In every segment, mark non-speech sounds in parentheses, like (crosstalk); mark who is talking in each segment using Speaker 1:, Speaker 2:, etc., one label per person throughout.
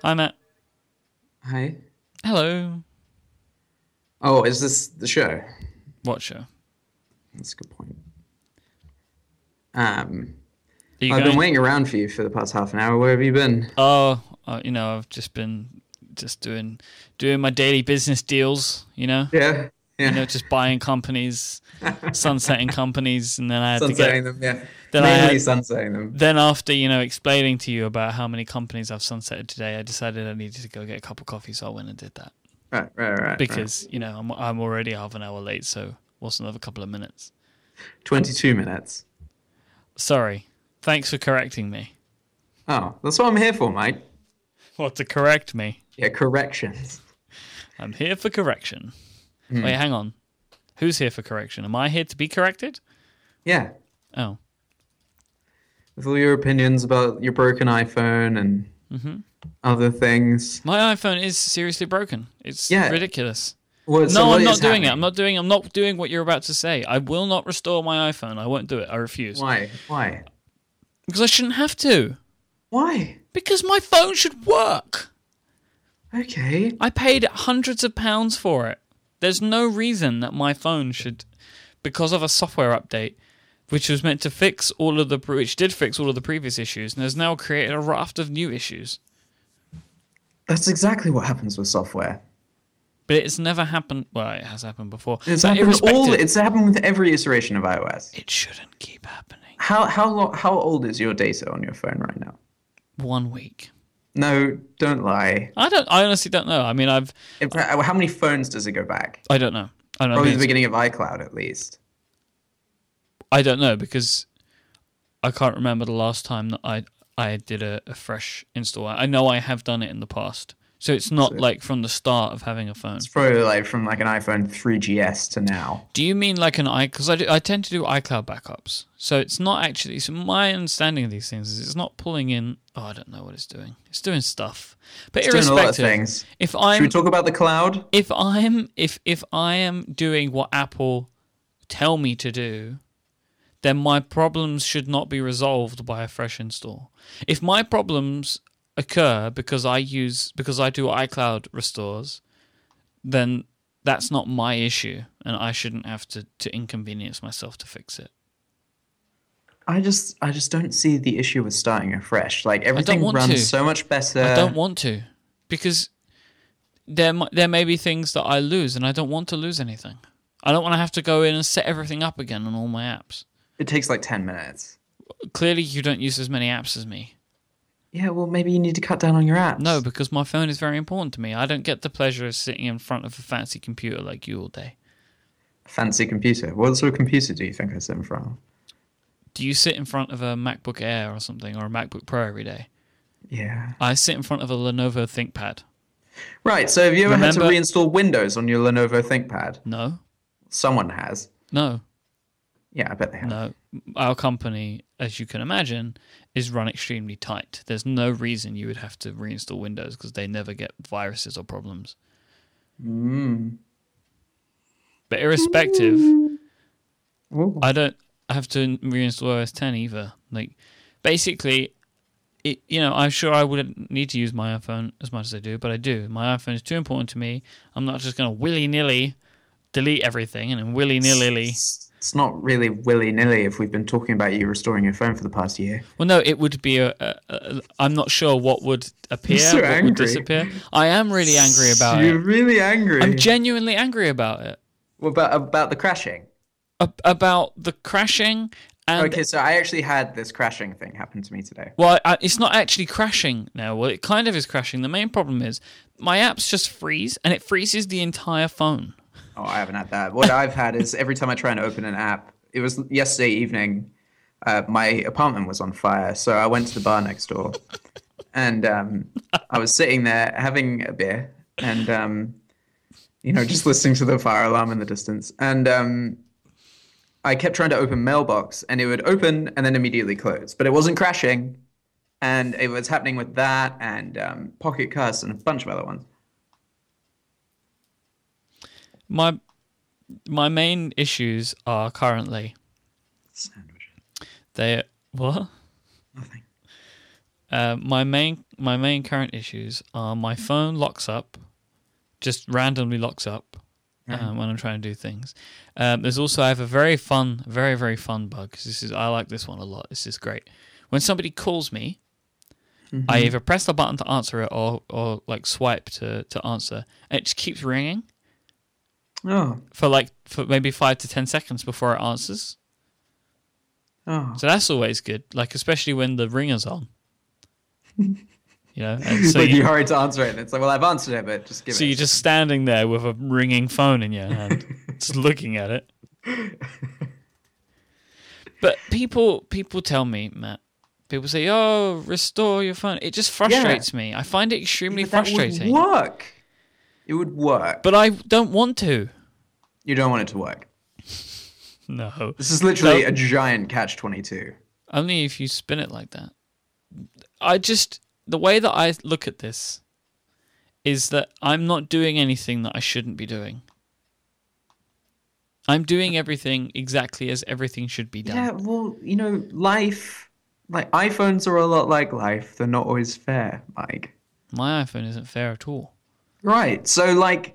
Speaker 1: Hi, Matt.
Speaker 2: Hey.
Speaker 1: Hello.
Speaker 2: Oh, is this the show?
Speaker 1: What show? Are
Speaker 2: That's a good point. Um,
Speaker 1: you
Speaker 2: I've
Speaker 1: going?
Speaker 2: been waiting around for you for the past half an hour. Where have you been?
Speaker 1: Oh, uh, you know, I've just been just doing doing my daily business deals. You know,
Speaker 2: Yeah. Yeah.
Speaker 1: you know, just buying
Speaker 2: (laughs)
Speaker 1: companies, sunsetting companies, and then I had to
Speaker 2: sunsetting
Speaker 1: get.
Speaker 2: them, yeah.
Speaker 1: Then I
Speaker 2: Mainly
Speaker 1: had-
Speaker 2: sunsetting them.
Speaker 1: Then after you know explaining to you about how many companies I've sunsetted today, I decided I needed to go get a cup of coffee, so I went and did that
Speaker 2: Right, right, right, right.
Speaker 1: because you know I'm I'm already half an hour late, so what's another couple of minutes?
Speaker 2: 22 minutes.
Speaker 1: Sorry. Thanks for correcting me.
Speaker 2: Oh, that's what I'm here for, Mike.
Speaker 1: What to correct me?
Speaker 2: Yeah, corrections.
Speaker 1: I'm here for correction.
Speaker 2: Hmm.
Speaker 1: Wait, hang on. Who's here for correction? Am I here to be corrected?
Speaker 2: Yeah.
Speaker 1: Oh,
Speaker 2: With all your opinions about your broken iPhone and
Speaker 1: Mm-hmm.
Speaker 2: other things.
Speaker 1: my iPhone is seriously broken. It's
Speaker 2: Yeah.
Speaker 1: ridiculous.
Speaker 2: What, so
Speaker 1: no,
Speaker 2: what
Speaker 1: I'm not
Speaker 2: is
Speaker 1: doing it. I'm
Speaker 2: happening?
Speaker 1: not doing. I'm not doing what you're about to say. I will not restore my iPhone. I won't do it. I refuse
Speaker 2: Why? Why?
Speaker 1: because I shouldn't have to.
Speaker 2: Why?
Speaker 1: Because my phone should work.
Speaker 2: Okay.
Speaker 1: I paid hundreds of pounds for it. There's no reason that my phone should, because of a software update, which was meant to fix all of the, which did fix all of the previous issues, and has now created a raft of new issues.
Speaker 2: That's exactly what happens with software.
Speaker 1: But it's never happened. Well, it has happened before.
Speaker 2: It's
Speaker 1: but
Speaker 2: happened all.
Speaker 1: irrespective-
Speaker 2: It's happened with every iteration of iOS.
Speaker 1: it shouldn't keep happening.
Speaker 2: How how lo- how old is your data on your phone right now?
Speaker 1: One week.
Speaker 2: No, don't lie.
Speaker 1: I don't. I honestly don't know. I mean, I've.
Speaker 2: In fact, how many phones does it go back?
Speaker 1: I don't know. I don't know.
Speaker 2: Probably
Speaker 1: I
Speaker 2: the
Speaker 1: mean,
Speaker 2: beginning of iCloud, at least.
Speaker 1: I don't know because I can't remember the last time that I I did a, a fresh install. I I know I have done it in the past, so it's not like from the start of having a phone.
Speaker 2: It's probably like from like an iPhone 3GS to now.
Speaker 1: Do you mean like an i? Because I, do- I tend to do iCloud backups, so it's not actually. So my understanding of these things is it's not pulling in. Oh, I don't know what it's doing. It's doing stuff, but
Speaker 2: It's doing a
Speaker 1: irrespective,
Speaker 2: lot of things.
Speaker 1: if
Speaker 2: Should we
Speaker 1: I'm
Speaker 2: talk about the cloud?
Speaker 1: if I'm if if I am doing what Apple tell me to do, then my problems should not be resolved by a fresh install. If my problems occur because I use because I do iCloud restores, then that's not my issue and I shouldn't have to, to inconvenience myself to fix it.
Speaker 2: I just I just don't see the issue with starting afresh. Like everything
Speaker 1: want
Speaker 2: runs
Speaker 1: to.
Speaker 2: so much better.
Speaker 1: I don't want to because there mi- there may be things that I lose and I don't want to lose anything. I don't want to have to go in and set everything up again on all my apps.
Speaker 2: it takes like ten minutes.
Speaker 1: Clearly, you don't use as many apps as me.
Speaker 2: Yeah, well maybe you need to cut down on your apps.
Speaker 1: No, because my phone is very important to me. I don't get the pleasure of sitting in front of a fancy computer like you all day.
Speaker 2: Fancy computer. What sort of computer do you think I sit in front of?
Speaker 1: Do you sit in front of a MacBook Air or something or a MacBook Pro every day?
Speaker 2: Yeah.
Speaker 1: I sit in front of a Lenovo ThinkPad.
Speaker 2: Right. So have you ever had
Speaker 1: Remember-
Speaker 2: to reinstall Windows on your Lenovo ThinkPad?
Speaker 1: No,
Speaker 2: Someone has.
Speaker 1: no,
Speaker 2: Yeah, I bet they have.
Speaker 1: no. Our company, as you can imagine, is run extremely tight. There's no reason you would have to reinstall Windows because they never get viruses or problems.
Speaker 2: Mm.
Speaker 1: But irrespective,
Speaker 2: Ooh.
Speaker 1: I don't have to reinstall OS 10 either. Like, basically, it, you know, I'm sure I wouldn't need to use my iPhone as much as I do, but I do. My iPhone is too important to me. I'm not just going to willy nilly delete everything and then willy nilly.
Speaker 2: It's, it's not really willy nilly if we've been talking about you restoring your phone for the past year.
Speaker 1: Well, no, it would be a. a, a I'm not sure what would appear,
Speaker 2: so
Speaker 1: what
Speaker 2: angry.
Speaker 1: would disappear. I am really angry about
Speaker 2: You're
Speaker 1: it.
Speaker 2: really angry.
Speaker 1: I'm genuinely angry about it.
Speaker 2: What about about the crashing?
Speaker 1: Ab- about the crashing and
Speaker 2: Okay, so I actually had this crashing thing happen to me today.
Speaker 1: Well, I, it's not actually crashing now. Well, it kind of is crashing. The main problem is my apps just freeze, and it freezes the entire phone.
Speaker 2: Oh, I haven't had that. What I've had is every time I try and open an app, it was yesterday evening. Uh, my apartment was on fire, so I went to the bar next door, and um, I was sitting there having a beer, and um, you know, just listening to the fire alarm in the distance. And um, I kept trying to open mailbox, and it would open and then immediately close, but it wasn't crashing, and it was happening with that and um, Pocket Cast and a bunch of other ones.
Speaker 1: My my main issues are currently
Speaker 2: Sandwich.
Speaker 1: they what
Speaker 2: Nothing.
Speaker 1: Uh, my main my main current issues are my phone locks up, just randomly locks up um, when I'm trying to do things. Um, there's also I have a very fun, very very fun bug. 'cause this is I like this one a lot. This is great. When somebody calls me, I either press the button to answer it or or like swipe to to answer. And it just keeps ringing
Speaker 2: Oh,
Speaker 1: for like for maybe five to ten seconds before it answers.
Speaker 2: oh.
Speaker 1: So that's always good. Like especially when the ringer's on. You know,
Speaker 2: (laughs)
Speaker 1: and so
Speaker 2: like
Speaker 1: you,
Speaker 2: you hurry to answer it, and it's like, well, I've answered it, but just give
Speaker 1: so
Speaker 2: it.
Speaker 1: you're just standing there with a ringing phone in your hand,
Speaker 2: (laughs)
Speaker 1: just looking at it. But people, people tell me, Matt. People say, "Oh, restore your phone." It just frustrates me. I find it extremely
Speaker 2: But
Speaker 1: frustrating.
Speaker 2: That would work. It would work.
Speaker 1: But I don't want to.
Speaker 2: You don't want it to work.
Speaker 1: No,
Speaker 2: This is literally
Speaker 1: No.
Speaker 2: a giant catch twenty two.
Speaker 1: only if you spin it like that. I just the way that I look at this is that I'm not doing anything that I shouldn't be doing. I'm doing everything exactly as everything should be done.
Speaker 2: Yeah, well, you know, life like iPhones are a lot like life. They're not always fair, Mike.
Speaker 1: My iPhone isn't fair at all.
Speaker 2: Right. So like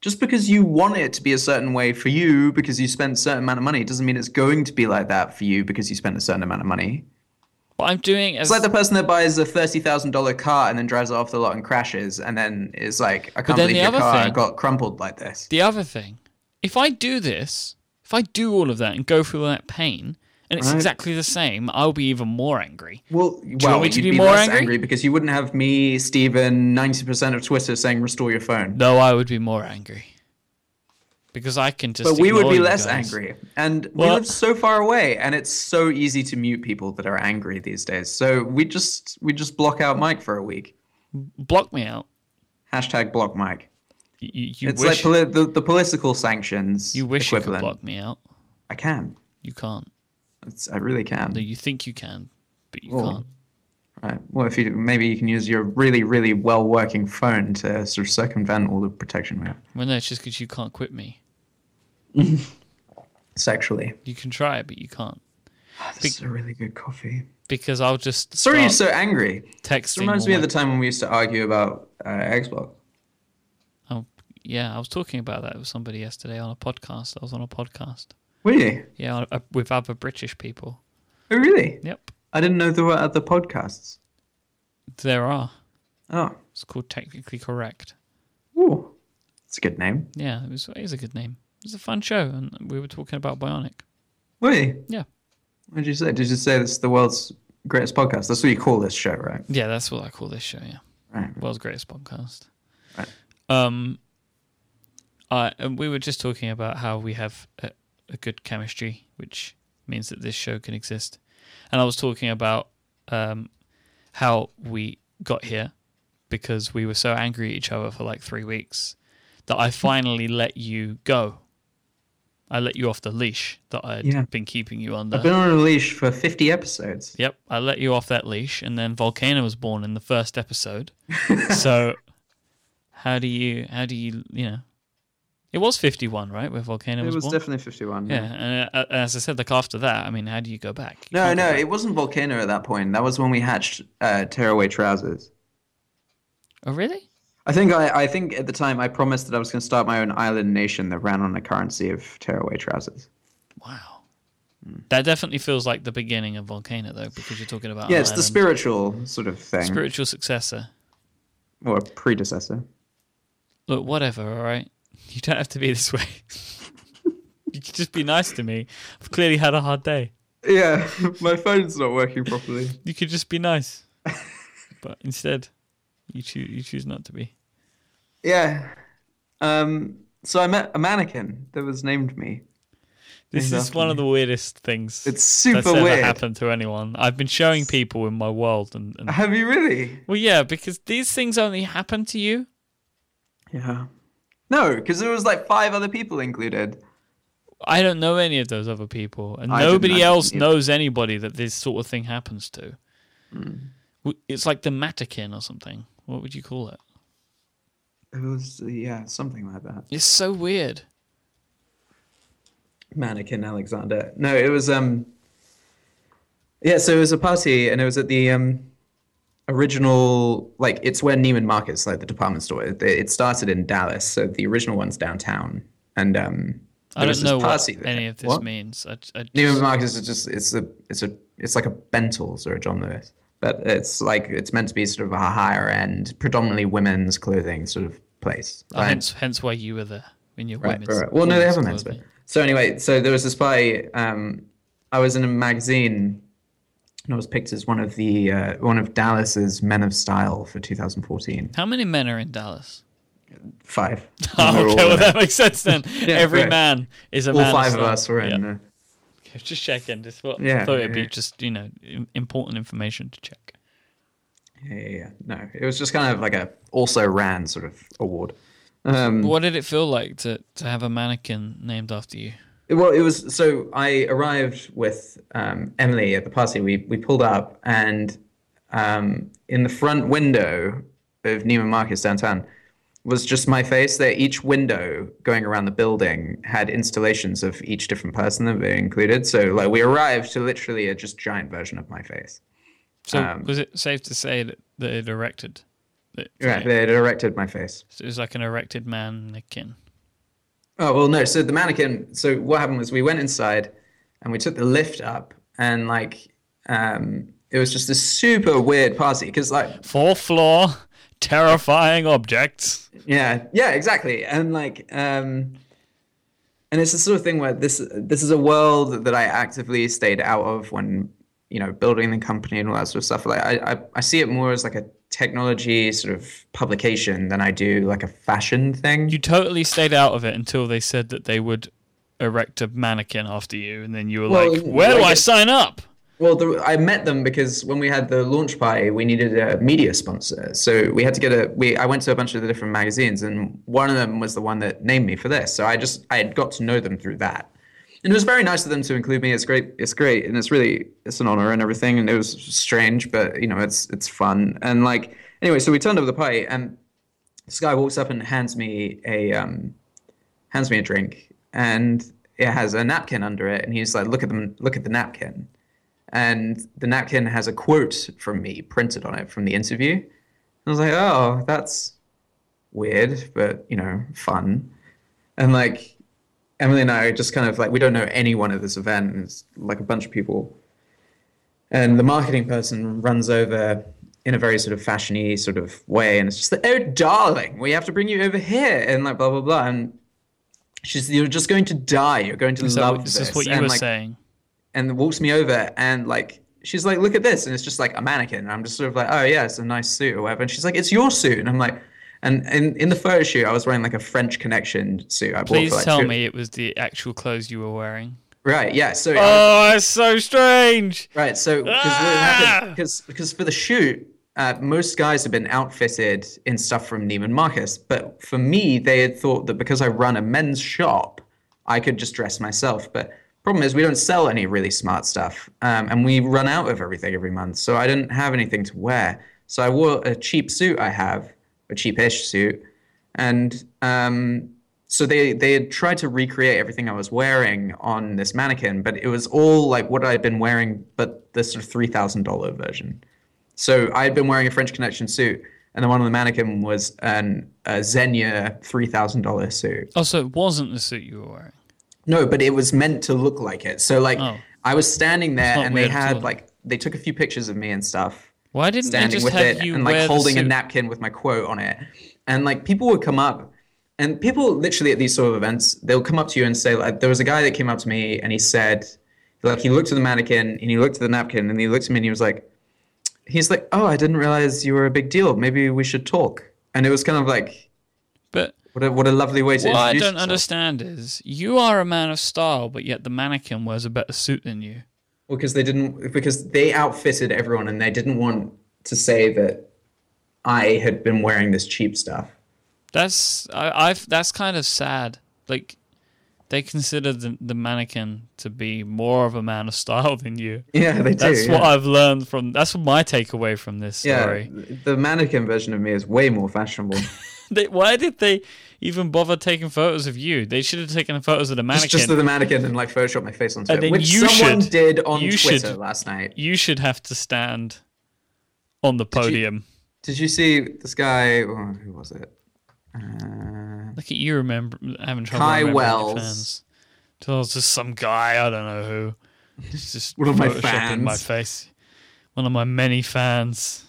Speaker 2: just because you want it to be a certain way for you because you spent a certain amount of money doesn't mean it's going to be like that for you because you spent a certain amount of money.
Speaker 1: But I'm doing as
Speaker 2: It's like the person that buys a $30,000 car and then drives it off the lot and crashes and then is like, I can't
Speaker 1: then
Speaker 2: believe
Speaker 1: the
Speaker 2: your
Speaker 1: other
Speaker 2: car
Speaker 1: thing-
Speaker 2: got crumpled like this.
Speaker 1: the other thing. If I do this, if I do all of that and go through all that pain, and it's
Speaker 2: Right.
Speaker 1: exactly the same, I'll be even more angry.
Speaker 2: Well, you
Speaker 1: want
Speaker 2: well
Speaker 1: me to
Speaker 2: you'd
Speaker 1: be
Speaker 2: be,
Speaker 1: more
Speaker 2: less
Speaker 1: angry?
Speaker 2: angry? because you wouldn't have me, Steven, 90% of Twitter saying restore your phone.
Speaker 1: No, I would be more angry because I can just.
Speaker 2: but we would
Speaker 1: ignore
Speaker 2: be
Speaker 1: you
Speaker 2: less
Speaker 1: guys.
Speaker 2: angry. And we
Speaker 1: Well-
Speaker 2: live so far away and it's so easy to mute people that are angry these days. So we just we just block out Mike for a week.
Speaker 1: Block me out.
Speaker 2: Hashtag block Mike.
Speaker 1: You, you
Speaker 2: it's
Speaker 1: wish
Speaker 2: like poli- the, the political sanctions
Speaker 1: you wish you could
Speaker 2: equivalent.
Speaker 1: block me out.
Speaker 2: I can.
Speaker 1: You can't.
Speaker 2: It's, I really can.
Speaker 1: No, you think you can, but you
Speaker 2: Well,
Speaker 1: can't.
Speaker 2: Right. Uh, Well, if you maybe you can use your really, really well working phone to sort of circumvent all the protection we have
Speaker 1: Well, no, it's just because you can't quit me.
Speaker 2: sexually.
Speaker 1: You can try it, but you can't
Speaker 2: Oh, this is a really good coffee.
Speaker 1: because I'll just
Speaker 2: Sorry,
Speaker 1: start
Speaker 2: you're so angry. This
Speaker 1: texting.
Speaker 2: reminds
Speaker 1: all
Speaker 2: me
Speaker 1: my-
Speaker 2: of the time when we used to argue about uh, Xbox.
Speaker 1: Oh, yeah, I was talking about that with somebody yesterday on a podcast. I was on a podcast.
Speaker 2: Were you?
Speaker 1: Yeah, on a, with other British people.
Speaker 2: Oh, really?
Speaker 1: Yep,
Speaker 2: I didn't know there were other podcasts.
Speaker 1: there are.
Speaker 2: Oh,
Speaker 1: It's called Technically Correct.
Speaker 2: ooh, that's a good name.
Speaker 1: Yeah, it was. It is a good name. It was a fun show, and we were talking about Bionic.
Speaker 2: Were you?
Speaker 1: Yeah,
Speaker 2: What did you say? Did you say this is the world's greatest podcast? That's what you call this show, right?
Speaker 1: yeah, that's what I call this show. Yeah,
Speaker 2: Right.
Speaker 1: world's greatest podcast.
Speaker 2: Right.
Speaker 1: Um, I and we were just talking about how we have a, a good chemistry, which means that this show can exist. And I was talking about um how we got here because we were so angry at each other for like three weeks that
Speaker 2: (laughs)
Speaker 1: I finally let you go. I let you off the leash that I'd
Speaker 2: Yeah.
Speaker 1: been keeping you under.
Speaker 2: I've been on a leash for 50 episodes.
Speaker 1: Yep, I let you off that leash, and then Volcano was born in the first
Speaker 2: (laughs)
Speaker 1: episode. so, how do you, how do you, you know, it was fifty-one, right, where Volcano
Speaker 2: It
Speaker 1: was,
Speaker 2: was
Speaker 1: born.
Speaker 2: definitely 51.
Speaker 1: yeah, and uh, as I said, like after that, I mean, how do you go back? You
Speaker 2: No,
Speaker 1: can't go
Speaker 2: no,
Speaker 1: back.
Speaker 2: it wasn't Volcano at that point. That was when we hatched uh, Tearaway Trousers.
Speaker 1: Oh, really?
Speaker 2: I think I, I think at the time I promised that I was going to start my own island nation that ran on the currency of Tearaway Trousers.
Speaker 1: Wow.
Speaker 2: Hmm.
Speaker 1: That definitely feels like the beginning of Volcano, though, because you're talking about
Speaker 2: yeah,
Speaker 1: an
Speaker 2: it's the
Speaker 1: island.
Speaker 2: spiritual sort of thing,
Speaker 1: spiritual successor.
Speaker 2: or predecessor.
Speaker 1: Look, whatever, all right? You don't have to be this way. (laughs) you can just be nice to me. I've clearly had a hard day.
Speaker 2: Yeah, (laughs) my phone's not working properly.
Speaker 1: You could just be nice, (laughs) but instead, you choose you choose not to be.
Speaker 2: Yeah. Um. So I met a mannequin that was named me.
Speaker 1: This is
Speaker 2: Exactly.
Speaker 1: one of the weirdest things
Speaker 2: It's
Speaker 1: that's
Speaker 2: super
Speaker 1: ever
Speaker 2: weird.
Speaker 1: happened to anyone. I've been showing people in my world, and, and
Speaker 2: Have you really?
Speaker 1: well, yeah, because these things only happen to you.
Speaker 2: Yeah. No, because there was like five other people included.
Speaker 1: I don't know any of those other people, and
Speaker 2: I didn't- I
Speaker 1: nobody
Speaker 2: didn't
Speaker 1: else
Speaker 2: either.
Speaker 1: knows anybody that this sort of thing happens to.
Speaker 2: Mm.
Speaker 1: W It's like the mannequin or something. What would you call it?
Speaker 2: It was yeah, something like that.
Speaker 1: It's so weird.
Speaker 2: mannequin Alexander. No, it was um. Yeah, so it was a party, and it was at the um, original like it's where Neiman Marcus, like the department store, it, it started in Dallas, so the original one's downtown, and um,
Speaker 1: I
Speaker 2: there
Speaker 1: don't
Speaker 2: was this
Speaker 1: know what
Speaker 2: party there.
Speaker 1: any of this
Speaker 2: What?
Speaker 1: means. I, I
Speaker 2: Neiman Marcus is just it's a it's a it's like a Bentles or a John Lewis, but it's like it's meant to be sort of a higher end, predominantly women's clothing sort of place.
Speaker 1: uh, hence, hence why you were there in your
Speaker 2: Right,
Speaker 1: women's.
Speaker 2: right, right. Well, no, they
Speaker 1: women's
Speaker 2: have a men's
Speaker 1: clothing.
Speaker 2: bit. So anyway, so there was this play. Um, I was in a magazine, and I was picked as one of the uh, one of Dallas's Men of Style for 2014.
Speaker 1: How many men are in
Speaker 2: (laughs)
Speaker 1: Dallas?
Speaker 2: Five. And we
Speaker 1: Oh, (laughs) okay,
Speaker 2: were all
Speaker 1: well
Speaker 2: in it.
Speaker 1: that makes sense
Speaker 2: (laughs)
Speaker 1: then. Every
Speaker 2: right.
Speaker 1: man is a
Speaker 2: all
Speaker 1: man. of
Speaker 2: five of
Speaker 1: style.
Speaker 2: us were in.
Speaker 1: Yeah. (laughs)
Speaker 2: uh,
Speaker 1: Okay, Just checking. Just thought,
Speaker 2: Yeah,
Speaker 1: thought it'd
Speaker 2: yeah,
Speaker 1: be
Speaker 2: yeah.
Speaker 1: just you know im- important information to check.
Speaker 2: Yeah, yeah, yeah. No, it was just kind of like a also ran sort of award. Um,
Speaker 1: What did it feel like to to have a mannequin named after you?
Speaker 2: Well, it was so I arrived with um, Emily at the party. We we pulled up, and um, in the front window of Neiman Marcus downtown was just my face. There, each window going around the building had installations of each different person that were included. So, like, we arrived to literally a just giant version of my face.
Speaker 1: So
Speaker 2: Um,
Speaker 1: was it safe to say that, that it erected? That,
Speaker 2: Right, they had erected my face.
Speaker 1: so it was like an erected mannequin.
Speaker 2: Oh well, no. So the mannequin. So what happened was we went inside, and we took the lift up, and like um, it was just this super weird party because like
Speaker 1: Fourth floor, (laughs) terrifying objects.
Speaker 2: yeah yeah exactly and like um, and it's the sort of thing where this this is a world that I actively stayed out of when you know building the company and all that sort of stuff. Like I I, I see it more as like a technology sort of publication than I do like a fashion thing.
Speaker 1: You totally stayed out of it until they said that they would erect a mannequin after you, and then you were
Speaker 2: Well,
Speaker 1: like, "Where do
Speaker 2: like
Speaker 1: I
Speaker 2: it-
Speaker 1: sign up?"
Speaker 2: Well, the, I met them because when we had the launch party, we needed a media sponsor. So we had to get a. We I went to a bunch of the different magazines, and one of them was the one that named me for this. So I just I had got to know them through that, and it was very nice of them to include me. It's great. It's great, and it's really it's an honor and everything. And it was strange, but you know it's it's fun and like anyway. So we turned up at the party, and this guy walks up and hands me a um, hands me a drink, and it has a napkin under it, and he's like, "Look at them! Look at the napkin." and the napkin has a quote from me printed on it from the interview. And I was like, oh, that's weird, but you know, fun. And like Emily and I are just kind of like we don't know anyone at this event. and It's like a bunch of people, and the marketing person runs over in a very sort of fashiony sort of way, and it's just like, oh, darling, we have to bring you over here, and like blah blah blah, and. She's, you're just going to die. You're going to
Speaker 1: So
Speaker 2: love
Speaker 1: this
Speaker 2: this.
Speaker 1: is what you
Speaker 2: and
Speaker 1: were
Speaker 2: like,
Speaker 1: saying.
Speaker 2: and walks me over and like she's like look at this and it's just like a mannequin and i'm just sort of like oh yeah it's a nice suit or whatever and she's like it's your suit and i'm like and in, in the photo shoot i was wearing like a french connection suit i bought
Speaker 1: Please
Speaker 2: for like
Speaker 1: tell
Speaker 2: two-
Speaker 1: me it was the actual clothes you were wearing.
Speaker 2: right yeah so
Speaker 1: Oh, it's so strange.
Speaker 2: right so
Speaker 1: Ah!
Speaker 2: because because for the shoot uh, most guys have been outfitted in stuff from neiman marcus but for me they had thought that because i run a men's shop i could just dress myself but problem is we don't sell any really smart stuff um, and we run out of everything every month so i didn't have anything to wear so i wore a cheap suit i have a cheapish suit and um, so they they had tried to recreate everything i was wearing on this mannequin but it was all like what i'd been wearing but the sort of $3000 version so I had been wearing a French Connection suit, and the one on the mannequin was an a Xenia three thousand dollar suit.
Speaker 1: Oh, so it wasn't the suit you were wearing.
Speaker 2: No, but it was meant to look like it. So like
Speaker 1: Oh.
Speaker 2: I was standing there,
Speaker 1: not
Speaker 2: and they
Speaker 1: weird at all.
Speaker 2: had like they took a few pictures of me and stuff,
Speaker 1: Why didn't they
Speaker 2: standing
Speaker 1: just
Speaker 2: with
Speaker 1: have
Speaker 2: it
Speaker 1: you
Speaker 2: and
Speaker 1: wear
Speaker 2: like holding
Speaker 1: the
Speaker 2: a
Speaker 1: suit?
Speaker 2: napkin with my quote on it, and like people would come up. And people literally at these sort of events, they'll come up to you and say, like, there was a guy that came up to me and he said, like, he looked at the mannequin and he looked at the napkin and he looked at me and he was like, he's like, "Oh, I didn't realize you were a big deal. Maybe we should talk." And it was kind of like,
Speaker 1: But
Speaker 2: what a what a lovely way to
Speaker 1: what I
Speaker 2: introduce
Speaker 1: don't
Speaker 2: yourself.
Speaker 1: understand is you are a man of style, but yet the mannequin wears a better suit than you.
Speaker 2: because they didn't because they outfitted everyone and they didn't want to say that I had been wearing this cheap stuff. (laughs)
Speaker 1: That's I, I've that's kind of sad. Like they consider the, the mannequin to be more of a man of style than you.
Speaker 2: Yeah, they do.
Speaker 1: That's
Speaker 2: yeah.
Speaker 1: what I've learned from. That's what my takeaway from this
Speaker 2: yeah,
Speaker 1: story.
Speaker 2: the mannequin version of me is way
Speaker 1: (laughs)
Speaker 2: more fashionable.
Speaker 1: They, why did they even bother taking photos of you? They should have taken photos of the
Speaker 2: it's
Speaker 1: mannequin.
Speaker 2: just the mannequin and like Photoshop my face onto
Speaker 1: And
Speaker 2: it,
Speaker 1: then
Speaker 2: which
Speaker 1: you
Speaker 2: someone
Speaker 1: should-
Speaker 2: did on
Speaker 1: you
Speaker 2: Twitter
Speaker 1: should-
Speaker 2: last night.
Speaker 1: you should have to stand on the
Speaker 2: you-
Speaker 1: podium.
Speaker 2: Did you see this guy? Oh, who was it? Uh,
Speaker 1: Look at you remember having trouble
Speaker 2: Kai
Speaker 1: remembering your
Speaker 2: Wells.
Speaker 1: fans. Tells just some guy I don't know
Speaker 2: (laughs)
Speaker 1: who. He's just
Speaker 2: One of my
Speaker 1: photoshopping
Speaker 2: fans.
Speaker 1: my face. One of my many fans.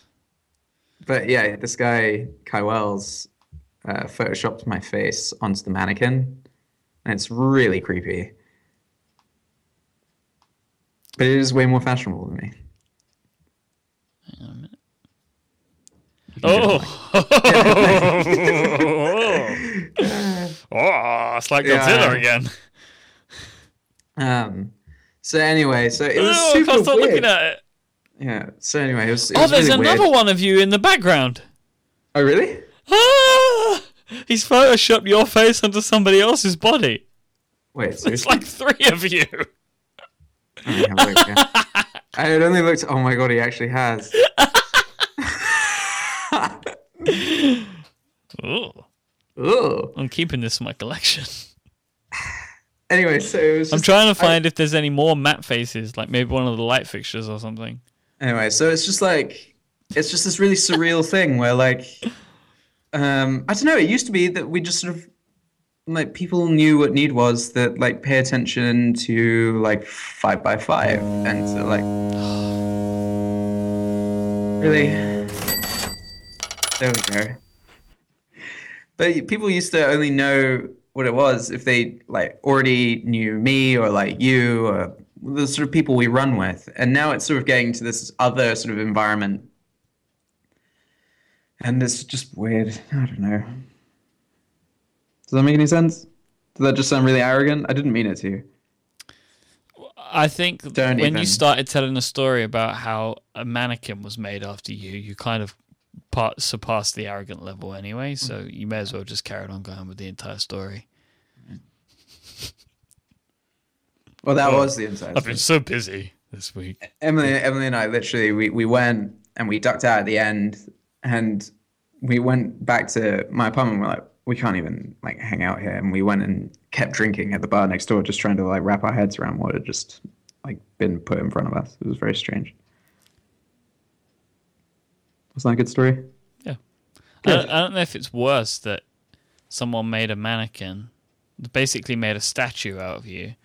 Speaker 2: but yeah, this guy Kai Wells uh, photoshopped my face onto the mannequin, and it's really creepy. But it is way more fashionable than me.
Speaker 1: Oh.
Speaker 2: (laughs)
Speaker 1: oh, it's like
Speaker 2: Yeah.
Speaker 1: Godzilla again.
Speaker 2: Um. So anyway, so it was
Speaker 1: Oh, I
Speaker 2: super
Speaker 1: can't stop
Speaker 2: weird.
Speaker 1: looking at it.
Speaker 2: Yeah. So anyway, it was. It
Speaker 1: Oh,
Speaker 2: was
Speaker 1: there's
Speaker 2: really
Speaker 1: another
Speaker 2: weird.
Speaker 1: one of you in the background.
Speaker 2: Oh, really?
Speaker 1: Ah, he's photoshopped your face onto somebody else's body. (laughs)
Speaker 2: Wait.
Speaker 1: It's
Speaker 2: Seriously?
Speaker 1: like three of you.
Speaker 2: Let me have a look again.
Speaker 1: (laughs)
Speaker 2: I had only looked. Oh my god, he actually has.
Speaker 1: Oh,
Speaker 2: Ooh.
Speaker 1: I'm keeping this in my collection.
Speaker 2: Anyway, so it was. Just,
Speaker 1: I'm trying to find if there's any more matte faces, like maybe one of the light fixtures or something.
Speaker 2: Anyway, so it's just like it's just this really surreal thing where like um I don't know, it used to be that we just sort of like people knew what need was that like pay attention to like five by five and so
Speaker 1: (gasps)
Speaker 2: like really there we go. But people used to only know what it was if they like already knew me or like you or the sort of people we run with. And now it's sort of getting to this other sort of environment. And it's just weird. I don't know. Does that make any sense? Did that just sound really arrogant? I didn't mean it to you.
Speaker 1: I think
Speaker 2: Don't
Speaker 1: when you
Speaker 2: even.
Speaker 1: started telling a story about how a mannequin was made after you, you kind of part, surpassed the arrogant level anyway. So
Speaker 2: Mm.
Speaker 1: you may as well just carried on going with the entire story.
Speaker 2: Well, that
Speaker 1: Well,
Speaker 2: was the inside.
Speaker 1: I've been so busy this week.
Speaker 2: Emily, Emily and I literally we, we went and we ducked out at the end, and we went back to my apartment. and We're like, we can't even like hang out here, and we went and kept drinking at the bar next door, just trying to like wrap our heads around what had just like been put in front of us. It was very strange. Was that a good story?
Speaker 1: I don't, I don't know if it's worse that someone made a mannequin, basically made a statue out of you,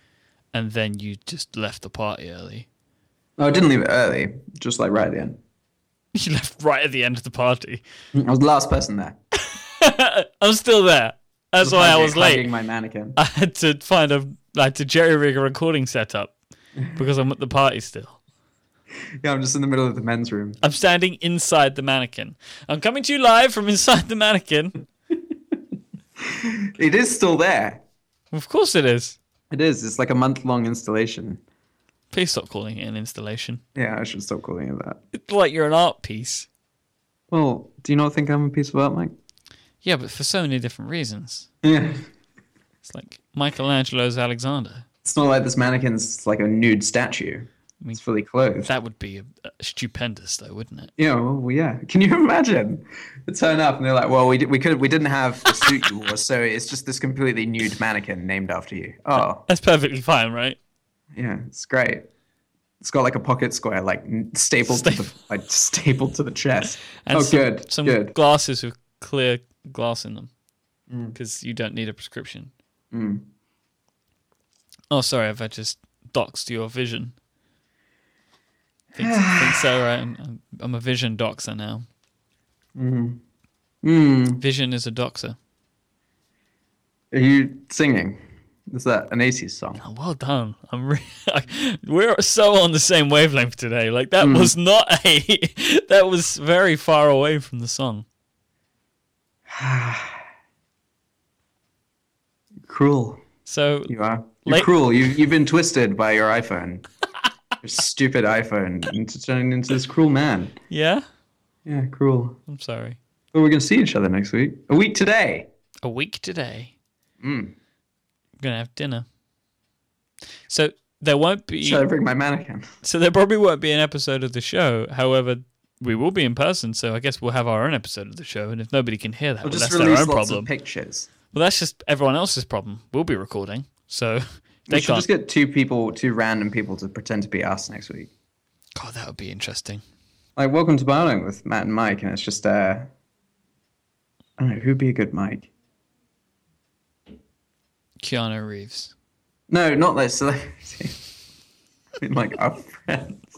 Speaker 1: and then you just left the party early. (laughs)
Speaker 2: No, I didn't leave it early, just like right at the end.
Speaker 1: You left right at the end of the party.
Speaker 2: I was the last person there.
Speaker 1: I'm still there. That's why I
Speaker 2: Hugging-
Speaker 1: was late.
Speaker 2: hugging my mannequin.
Speaker 1: I had to find a I had to jerry rig a recording setup because I'm at the party still.
Speaker 2: Yeah, I'm just in the middle of the men's room.
Speaker 1: I'm standing inside the mannequin. I'm coming to you live from inside the mannequin.
Speaker 2: It is still there.
Speaker 1: Of course it is.
Speaker 2: It is. It's like a month long installation.
Speaker 1: Please stop calling it an installation.
Speaker 2: Yeah, I should stop calling it that.
Speaker 1: It's like you're an art piece.
Speaker 2: Well, do you not think I'm a piece of art, (laughs) Mike?
Speaker 1: Yeah, but for so many different reasons.
Speaker 2: Yeah.
Speaker 1: It's like Michelangelo's Alexander.
Speaker 2: It's not like this mannequin's like a nude statue. It's fully clothed.
Speaker 1: That would be uh, stupendous, though, wouldn't it?
Speaker 2: yeah, well, yeah. (laughs) Can you imagine? They turn up and they're like, "Well, we did, we could we didn't have the suit you wore, so it's just this completely nude mannequin named after you." Oh,
Speaker 1: That's perfectly fine, right?
Speaker 2: yeah, it's great. It's got like a pocket square, like n- stapled to the,
Speaker 1: Staple.
Speaker 2: like (laughs) stapled to the chest.
Speaker 1: And
Speaker 2: oh,
Speaker 1: some,
Speaker 2: good,
Speaker 1: Some
Speaker 2: good.
Speaker 1: glasses with clear glass in them
Speaker 2: Mm.
Speaker 1: because you don't need a prescription. Oh, sorry if I just doxed your vision. Think, think so, right? I'm- I'm, I'm a vision doxer now.
Speaker 2: Mm.
Speaker 1: Vision is a doxer.
Speaker 2: Are you singing? Is that an 80s song?
Speaker 1: Oh, well done. I'm re- (laughs) we're so on the same wavelength today. Like that
Speaker 2: Mm.
Speaker 1: was not a (laughs) that was very far away from the song.
Speaker 2: Cruel.
Speaker 1: So
Speaker 2: You are. You're
Speaker 1: Like-
Speaker 2: cruel. You've, you've been twisted by your
Speaker 1: (laughs)
Speaker 2: iPhone. your stupid iPhone into turning into this cruel man.
Speaker 1: yeah,
Speaker 2: Yeah, cruel.
Speaker 1: I'm sorry.
Speaker 2: But we're going to see each other next week. A week today.
Speaker 1: a week today.
Speaker 2: Mm.
Speaker 1: I'm gonna have dinner. So there won't be.
Speaker 2: Should I bring my mannequin?
Speaker 1: So there probably won't be an episode of the show. However, we will be in person. So I guess we'll have our own episode of the show. And if nobody can hear that,
Speaker 2: I'll
Speaker 1: well,
Speaker 2: just
Speaker 1: that's their
Speaker 2: release
Speaker 1: own
Speaker 2: lots
Speaker 1: problem.
Speaker 2: of pictures.
Speaker 1: well, that's just everyone else's problem. We'll be recording, so (laughs)
Speaker 2: We
Speaker 1: they
Speaker 2: should
Speaker 1: can't.
Speaker 2: just get two people, two random people to pretend to be us next week.
Speaker 1: God, that would be interesting.
Speaker 2: like welcome to Barling with Matt and Mike, and it's just uh, I don't know who'd be a good Mike.
Speaker 1: Keanu Reeves.
Speaker 2: No, not like celebrity. (laughs) I mean, like our friends.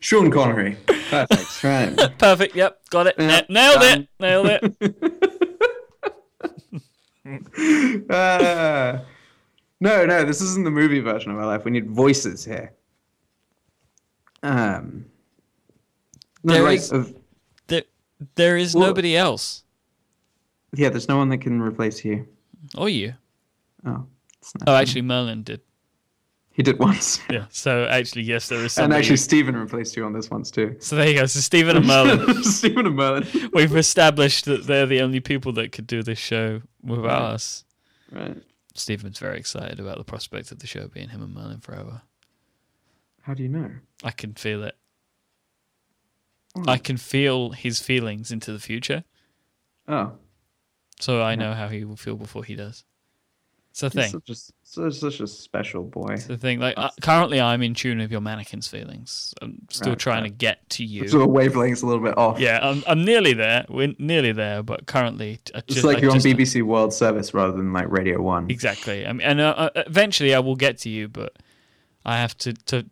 Speaker 2: Sean Connery. Perfect. Right.
Speaker 1: Perfect. Yep. Got it.
Speaker 2: Yeah,
Speaker 1: Na- Nailed
Speaker 2: done.
Speaker 1: it. Nailed it.
Speaker 2: (laughs) Uh, no, no, this isn't the movie version of our life. We need voices here. Um. No,
Speaker 1: There
Speaker 2: like,
Speaker 1: is-
Speaker 2: of-
Speaker 1: there, there is
Speaker 2: Well-
Speaker 1: nobody else.
Speaker 2: yeah, there's no one that can replace you.
Speaker 1: Or you.
Speaker 2: Oh, it's not-
Speaker 1: Oh, actually, Merlin did.
Speaker 2: he did once,
Speaker 1: Yeah. So actually, yes, there is
Speaker 2: and
Speaker 1: somebody.
Speaker 2: actually Stephen replaced you on this once too.
Speaker 1: so there you go. So Stephen and
Speaker 2: (laughs)
Speaker 1: Merlin.
Speaker 2: Stephen and Merlin.
Speaker 1: We've established that they're the only people that could do this show without us.
Speaker 2: Right.
Speaker 1: Stephen's very excited about the prospect of the show being him and Merlin forever.
Speaker 2: How do you know?
Speaker 1: I can feel it.
Speaker 2: Hmm.
Speaker 1: I can feel his feelings into the future,
Speaker 2: Oh,
Speaker 1: so I know how he will feel before he does. It's a
Speaker 2: he's
Speaker 1: thing.
Speaker 2: such a, such, such a special boy.
Speaker 1: It's a thing. Like uh, currently, I'm in tune with your mannequin's feelings. I'm still
Speaker 2: Right,
Speaker 1: trying to get to you.
Speaker 2: So the wavelength's a little bit off.
Speaker 1: yeah, I'm, I'm nearly there. We're nearly there, but currently, I
Speaker 2: It's
Speaker 1: just,
Speaker 2: like
Speaker 1: I
Speaker 2: you're on
Speaker 1: just-
Speaker 2: BBC World Service rather than like Radio One.
Speaker 1: Exactly. I mean, and uh, uh, eventually I will get to you, but I have to, to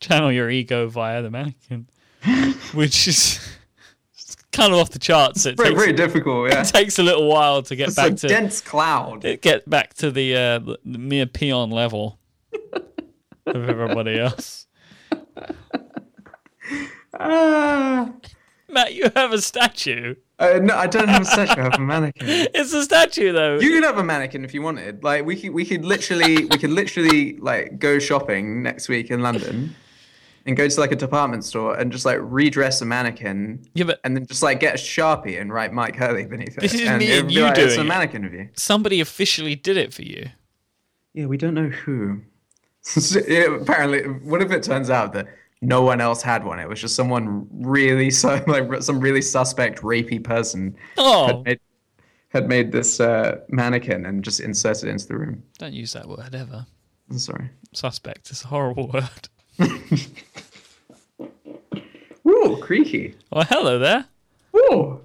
Speaker 1: channel your ego via the mannequin,
Speaker 2: (laughs)
Speaker 1: which is it's kind of off the charts. It
Speaker 2: Very,
Speaker 1: takes,
Speaker 2: very
Speaker 1: (laughs)
Speaker 2: difficult. Yeah.
Speaker 1: takes a little while to get
Speaker 2: It's
Speaker 1: back
Speaker 2: a
Speaker 1: to
Speaker 2: dense cloud.
Speaker 1: get back to the, uh, the the mere peon
Speaker 2: (laughs)
Speaker 1: level of everybody else.
Speaker 2: Ah.
Speaker 1: Matt, you have a statue.
Speaker 2: Uh, no, I don't have a statue. I have
Speaker 1: (laughs)
Speaker 2: a mannequin.
Speaker 1: It's a statue though.
Speaker 2: You could have a mannequin if you wanted. Like we could, we could literally, we could literally like go shopping next week in London, and go to like a department store and just like redress a mannequin,
Speaker 1: yeah, but
Speaker 2: and then just like get a sharpie and write Mike Hurley beneath it.
Speaker 1: This is
Speaker 2: and
Speaker 1: me
Speaker 2: it would
Speaker 1: and
Speaker 2: be
Speaker 1: you
Speaker 2: like, It's
Speaker 1: doing
Speaker 2: a
Speaker 1: it."
Speaker 2: mannequin of you.
Speaker 1: somebody officially did it for you.
Speaker 2: Yeah, we don't know (laughs) who. Yeah, Apparently, what if it turns out that no one else had one? It was just someone really, (laughs) so like some really suspect, rapey person
Speaker 1: Oh,
Speaker 2: had made, had made this uh, mannequin and just inserted it into the room.
Speaker 1: don't use that word ever.
Speaker 2: I'm sorry.
Speaker 1: Suspect is a horrible (laughs) word.
Speaker 2: Ooh, creaky.
Speaker 1: Well, hello there.
Speaker 2: Ooh.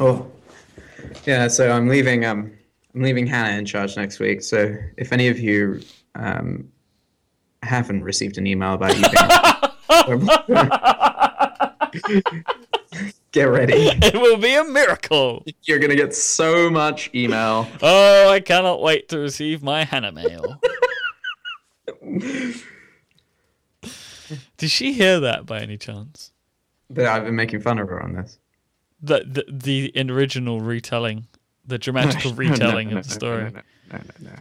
Speaker 2: Oh. Yeah, so I'm leaving um I'm leaving Hannah in charge next week. So if any of you um haven't received an email about you being (laughs) Get ready.
Speaker 1: (laughs) It will be a miracle.
Speaker 2: You're gonna get so much email.
Speaker 1: Oh, I cannot wait to receive my Hannah
Speaker 2: (laughs)
Speaker 1: mail. Did she hear that by any chance?
Speaker 2: That I've been making fun of her on this.
Speaker 1: The the, the original retelling, the dramatical retelling
Speaker 2: (laughs) (laughs) No,
Speaker 1: of the
Speaker 2: no, no,
Speaker 1: story.
Speaker 2: No, no, no, no.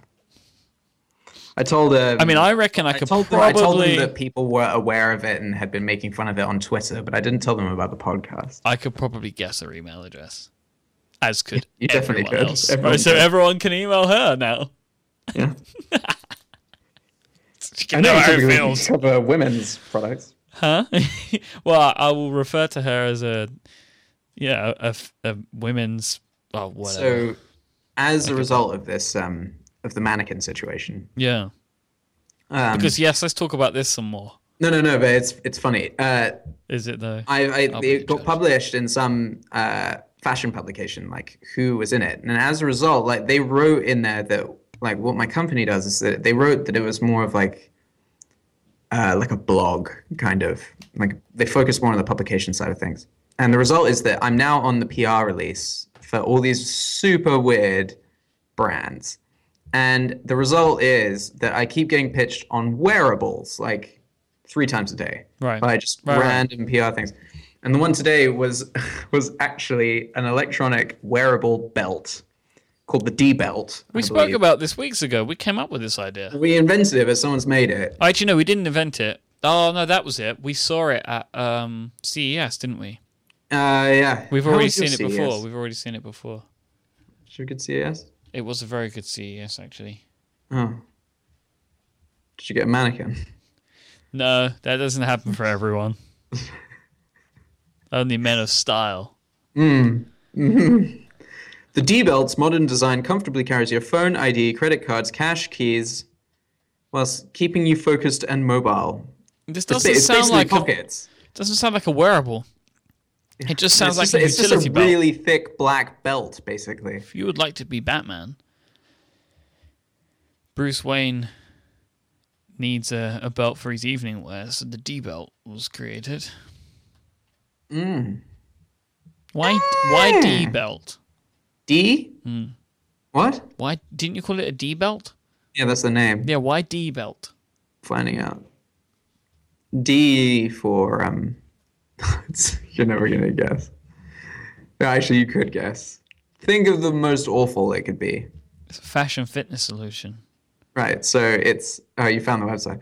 Speaker 2: I told um, her
Speaker 1: I mean, I reckon I
Speaker 2: I
Speaker 1: could
Speaker 2: told, them, I
Speaker 1: probably.
Speaker 2: told them that people were aware of it and had been making fun of it on Twitter, but I didn't tell them about the podcast.
Speaker 1: I could probably guess her email address, as could
Speaker 2: (laughs) You definitely
Speaker 1: everyone
Speaker 2: could.
Speaker 1: else.
Speaker 2: Everyone
Speaker 1: Right, so
Speaker 2: could.
Speaker 1: everyone can email her now.
Speaker 2: Yeah.
Speaker 1: (laughs) She can know how it feels.
Speaker 2: cover women's products.
Speaker 1: Huh? (laughs) well, I will refer to her as a yeah, a, a, a women's oh whatever.
Speaker 2: So, as a result of this, um, of the mannequin situation,
Speaker 1: yeah.
Speaker 2: um,
Speaker 1: Because yes, let's talk about this some more.
Speaker 2: no, no, no, but it's it's funny. Uh,
Speaker 1: Is it though?
Speaker 2: I, I
Speaker 1: I'll be
Speaker 2: it
Speaker 1: the
Speaker 2: got
Speaker 1: judge.
Speaker 2: published in some uh, fashion publication, like who was in it, and as a result, like they wrote in there that like what my company does is that they wrote that it was more of like uh, like a blog kind of like they focus more on the publication side of things, and the result is that I'm now on the PR release for all these super weird brands. And the result is that I keep getting pitched on wearables like three times a day
Speaker 1: Right.
Speaker 2: by just
Speaker 1: Right, right.
Speaker 2: random PR things. And the one today was (laughs) was actually an electronic wearable belt called the D belt.
Speaker 1: we spoke about this weeks ago. We came up with this idea.
Speaker 2: we invented it, but someone's made it.
Speaker 1: Oh, Actually, no, we didn't invent it. Oh no, that was it. We saw it at um, CES, didn't we?
Speaker 2: Uh, yeah,
Speaker 1: We've
Speaker 2: How
Speaker 1: already
Speaker 2: was your E
Speaker 1: seen it before.
Speaker 2: CES?
Speaker 1: We've already seen it before.
Speaker 2: Was you a good CES?
Speaker 1: It was a very good CES actually.
Speaker 2: Oh, did you get a mannequin?
Speaker 1: No, that doesn't happen for
Speaker 2: (laughs)
Speaker 1: everyone. Only men of style.
Speaker 2: The D belt's modern design comfortably carries your phone, ID, credit cards, cash, keys. whilst keeping you focused and mobile.
Speaker 1: This
Speaker 2: That's
Speaker 1: doesn't
Speaker 2: it. It's
Speaker 1: sound
Speaker 2: basically
Speaker 1: like a,
Speaker 2: pockets.
Speaker 1: doesn't sound like a wearable. It just sounds
Speaker 2: it's
Speaker 1: like
Speaker 2: just,
Speaker 1: a
Speaker 2: it's just
Speaker 1: utility
Speaker 2: a
Speaker 1: belt.
Speaker 2: really thick black belt, basically.
Speaker 1: If you would like to be Batman, Bruce Wayne needs a, a belt for his evening wear, so the D belt was created.
Speaker 2: Mm.
Speaker 1: Why
Speaker 2: Ah!
Speaker 1: why D belt?
Speaker 2: D. What?
Speaker 1: Why didn't you call it a D belt?
Speaker 2: Yeah, that's the name.
Speaker 1: Yeah, why D belt?
Speaker 2: Finding out. D for um. (laughs) it's- you're never gonna guess. No, actually, you could guess. Think of the most awful it could be.
Speaker 1: It's a fashion fitness solution.
Speaker 2: Right. So it's oh, you found the website.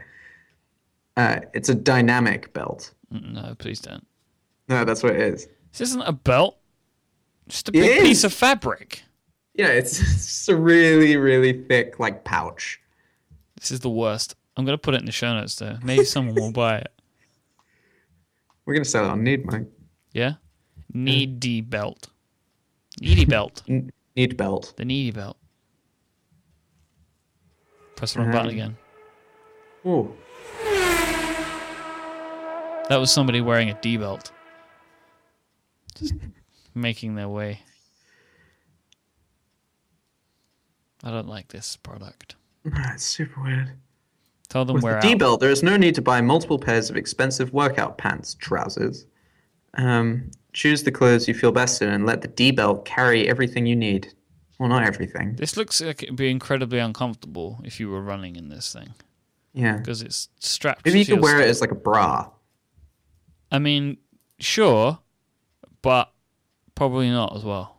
Speaker 2: Uh, it's a dynamic belt.
Speaker 1: Mm, No, please don't.
Speaker 2: No, that's what it is.
Speaker 1: This isn't a belt. It's Just a
Speaker 2: It
Speaker 1: big
Speaker 2: is.
Speaker 1: piece of fabric.
Speaker 2: Yeah, it's, (laughs) it's just a really, really thick like pouch.
Speaker 1: This is the worst. I'm gonna put it in the show notes though.
Speaker 2: (laughs)
Speaker 1: Maybe someone will buy it.
Speaker 2: We're gonna sell it on Need Mike.
Speaker 1: Yeah? Needy belt. Needy belt.
Speaker 2: N- Need belt.
Speaker 1: The needy belt. Press the wrong button
Speaker 2: Um.
Speaker 1: again.
Speaker 2: Ooh.
Speaker 1: That was somebody wearing a D belt. Just making their way. I don't like this product.
Speaker 2: That's super weird.
Speaker 1: Tell them
Speaker 2: With
Speaker 1: we're
Speaker 2: the
Speaker 1: out.
Speaker 2: D belt, there is no need to buy multiple pairs of expensive workout pants, trousers. Um, choose the clothes you feel best in and let the D belt carry everything you need. Well, not everything.
Speaker 1: This looks like it'd be incredibly uncomfortable if you were running in this thing
Speaker 2: Yeah.
Speaker 1: because it's strapped.
Speaker 2: Maybe you
Speaker 1: to your
Speaker 2: could wear
Speaker 1: s-
Speaker 2: it as like a bra.
Speaker 1: I mean, sure, but probably not as well.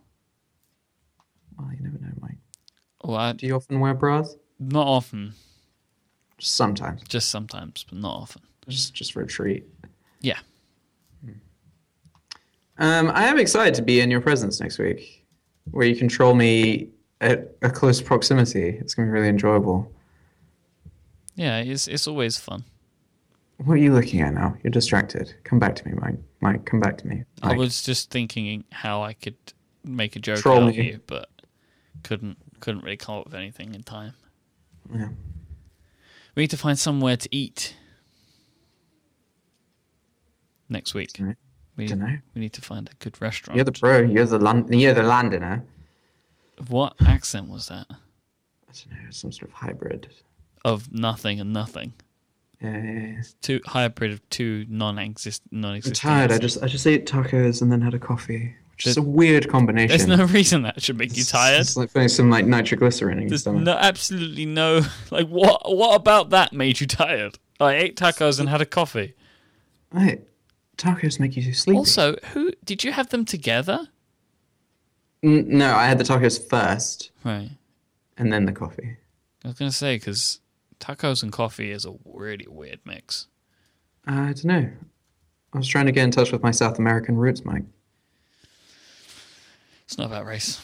Speaker 2: Well, you never know, Mike.
Speaker 1: Well, I,
Speaker 2: Do you often wear bras?
Speaker 1: not often,
Speaker 2: Just sometimes.
Speaker 1: just sometimes, but not often.
Speaker 2: Just just for a treat. Hmm.
Speaker 1: Yeah.
Speaker 2: Um, I am excited to be in your presence next week, where you control me at a close proximity. It's going to be really enjoyable.
Speaker 1: Yeah, it's it's always fun.
Speaker 2: What are you looking at now? You're distracted. Come back to me, Mike. Mike, come back to me.
Speaker 1: I
Speaker 2: Mike.
Speaker 1: was just thinking how I could make a joke
Speaker 2: Troll
Speaker 1: out of
Speaker 2: me.
Speaker 1: you, but couldn't couldn't really come up with anything in time.
Speaker 2: Yeah.
Speaker 1: We need to find somewhere to eat next week.
Speaker 2: Dunno.
Speaker 1: We,
Speaker 2: Dunno.
Speaker 1: we need to find a good restaurant.
Speaker 2: You're the pro. You're the Lon- you're the Londoner.
Speaker 1: What accent was that?
Speaker 2: I don't know. Some sort of hybrid.
Speaker 1: Of nothing and nothing.
Speaker 2: Yeah, yeah, yeah.
Speaker 1: Two hybrid of two non-exist
Speaker 2: I'm
Speaker 1: non-existent.
Speaker 2: tired. I
Speaker 1: accents.
Speaker 2: just I just ate tacos and then had a coffee, which is
Speaker 1: There's-
Speaker 2: a weird combination.
Speaker 1: There's no reason that should make you
Speaker 2: It's-
Speaker 1: tired.
Speaker 2: It's like putting some like nitroglycerin in your
Speaker 1: There's
Speaker 2: stomach.
Speaker 1: no, absolutely no (laughs) like what what about that made you tired? I ate tacos and had a coffee.
Speaker 2: Right. Tacos make you sleepy.
Speaker 1: Also, who did you have them together?
Speaker 2: N- no, I had the tacos first
Speaker 1: Right.
Speaker 2: and then the coffee.
Speaker 1: I was gonna say because tacos and coffee is a really weird mix.
Speaker 2: I don't know. I was trying to get in touch with my South American roots, Mike.
Speaker 1: It's not about race.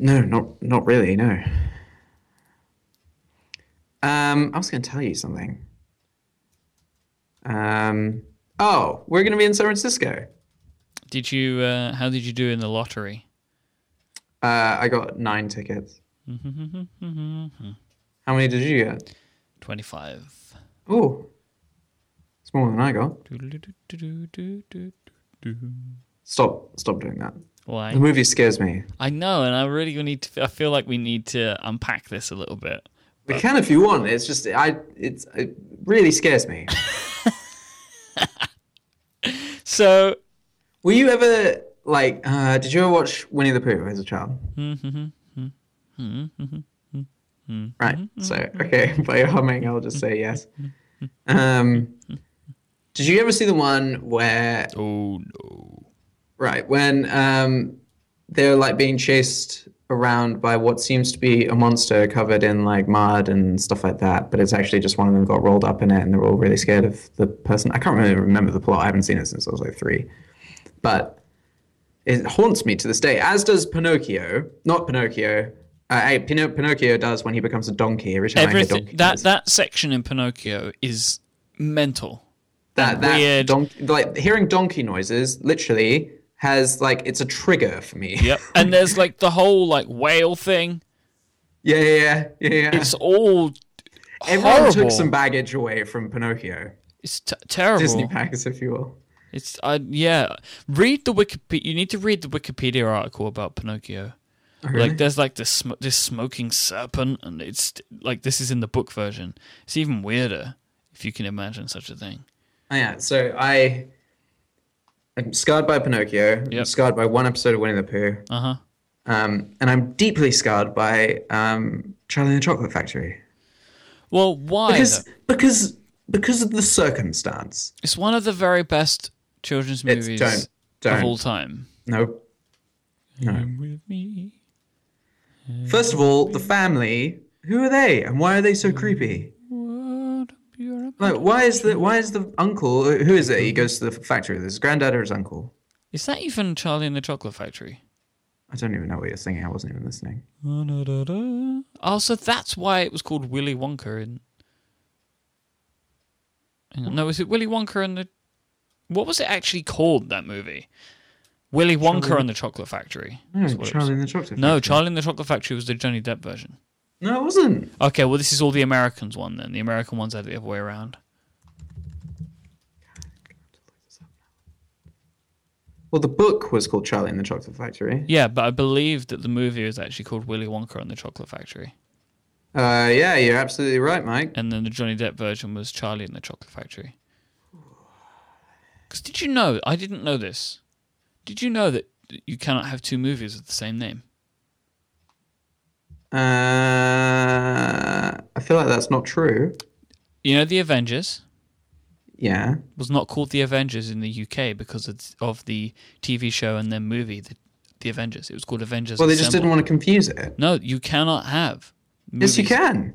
Speaker 2: No, not not really. No. Um, I was going to tell you something. Um, oh, we're going to be in San Francisco.
Speaker 1: Did you? Uh, how did you do in the lottery?
Speaker 2: Uh, I got nine tickets. How many did you get?
Speaker 1: Twenty-five.
Speaker 2: Oh, it's more than I got. Stop! Stop doing that. The
Speaker 1: Why?
Speaker 2: movie scares me.
Speaker 1: I know, and I really need to. I feel like we need to unpack this a little bit.
Speaker 2: We can if you want. It's just I. It's it really scares me.
Speaker 1: So,
Speaker 2: Were you ever like? Uh, did you ever watch Winnie the Pooh as a child? Right. So okay, (laughs) by your humming, I'll just say yes. Um, did you ever see the one where
Speaker 1: oh no,
Speaker 2: right when um they're like being chased around by what seems to be a monster covered in like mud and stuff like that, but it's actually just one of them got rolled up in it, and they're all really scared of the person. I can't really remember the plot. I haven't seen it since I was like three, but it haunts me to this day. As does Pinocchio. Not Pinocchio. Uh, hey, Pino- Pinocchio does when he becomes a donkey. Every time I hear
Speaker 1: everything
Speaker 2: donkey
Speaker 1: that
Speaker 2: noises.
Speaker 1: that section in Pinocchio is mental.
Speaker 2: that that
Speaker 1: weird-
Speaker 2: donkey like hearing donkey noises literally has like it's a trigger for me.
Speaker 1: Yep. and there's like the whole like whale thing.
Speaker 2: Yeah, yeah, yeah. yeah.
Speaker 1: It's all
Speaker 2: Everyone
Speaker 1: horrible.
Speaker 2: took some baggage away from Pinocchio.
Speaker 1: It's t- terrible.
Speaker 2: Disney packs, if you will.
Speaker 1: It's uh, yeah. Read the Wikipedia. You need to read the Wikipedia article about Pinocchio.
Speaker 2: Oh,
Speaker 1: Like there's like this sm- this smoking serpent, and it's like this is in the book version. It's even weirder if you can imagine such a thing.
Speaker 2: Oh, yeah, so I am scarred by Pinocchio. I'm
Speaker 1: Yep.
Speaker 2: scarred by one episode of Winnie the Pooh.
Speaker 1: Uh huh.
Speaker 2: Um, and I'm deeply scarred by um, Charlie and the Chocolate Factory.
Speaker 1: Well, why?
Speaker 2: Because,
Speaker 1: though?
Speaker 2: because, because of the circumstance.
Speaker 1: It's one of the very best children's
Speaker 2: It's-
Speaker 1: movies
Speaker 2: don't- don't.
Speaker 1: of all time.
Speaker 2: No. No.
Speaker 1: With me.
Speaker 2: First of all, the family. Who are they, and why are they so creepy?
Speaker 1: What a beautiful-
Speaker 2: Like, why is the why is the uncle? Who is it? He goes to the factory with his granddad or his uncle.
Speaker 1: Is that even Charlie and the Chocolate Factory?
Speaker 2: I don't even know what you're singing. I wasn't even listening.
Speaker 1: Oh, so that's why it was called Willy Wonka in. Hang on, No, is it Willy Wonka and the? What was it actually called that movie? Willy Wonka and the Chocolate Factory.
Speaker 2: No,
Speaker 1: is what it was.
Speaker 2: Hmm, Charlie and the Chocolate.
Speaker 1: No, Charlie and the Chocolate Factory was the Johnny Depp version.
Speaker 2: no, it wasn't.
Speaker 1: Okay, well this is all the Americans one then. The American ones had it the other way around.
Speaker 2: Well, the book was called Charlie and the Chocolate Factory.
Speaker 1: Yeah, but I believe that the movie was actually called Willy Wonka and the Chocolate Factory,
Speaker 2: Uh, yeah, you're absolutely right, Mike.
Speaker 1: and then the Johnny Depp version was Charlie and the Chocolate Factory. 'Cause did you know? I didn't know this. Did you know that you cannot have two movies with the same name?
Speaker 2: Uh, I feel like that's not true.
Speaker 1: You know, the Avengers
Speaker 2: Yeah.
Speaker 1: was not called the Avengers in the UK because of, of the TV show and then movie, the, the Avengers. It was called Avengers.
Speaker 2: Well, they just didn't
Speaker 1: Assemble.
Speaker 2: want to confuse it.
Speaker 1: No, you cannot have.
Speaker 2: Yes, you
Speaker 1: movies.
Speaker 2: can.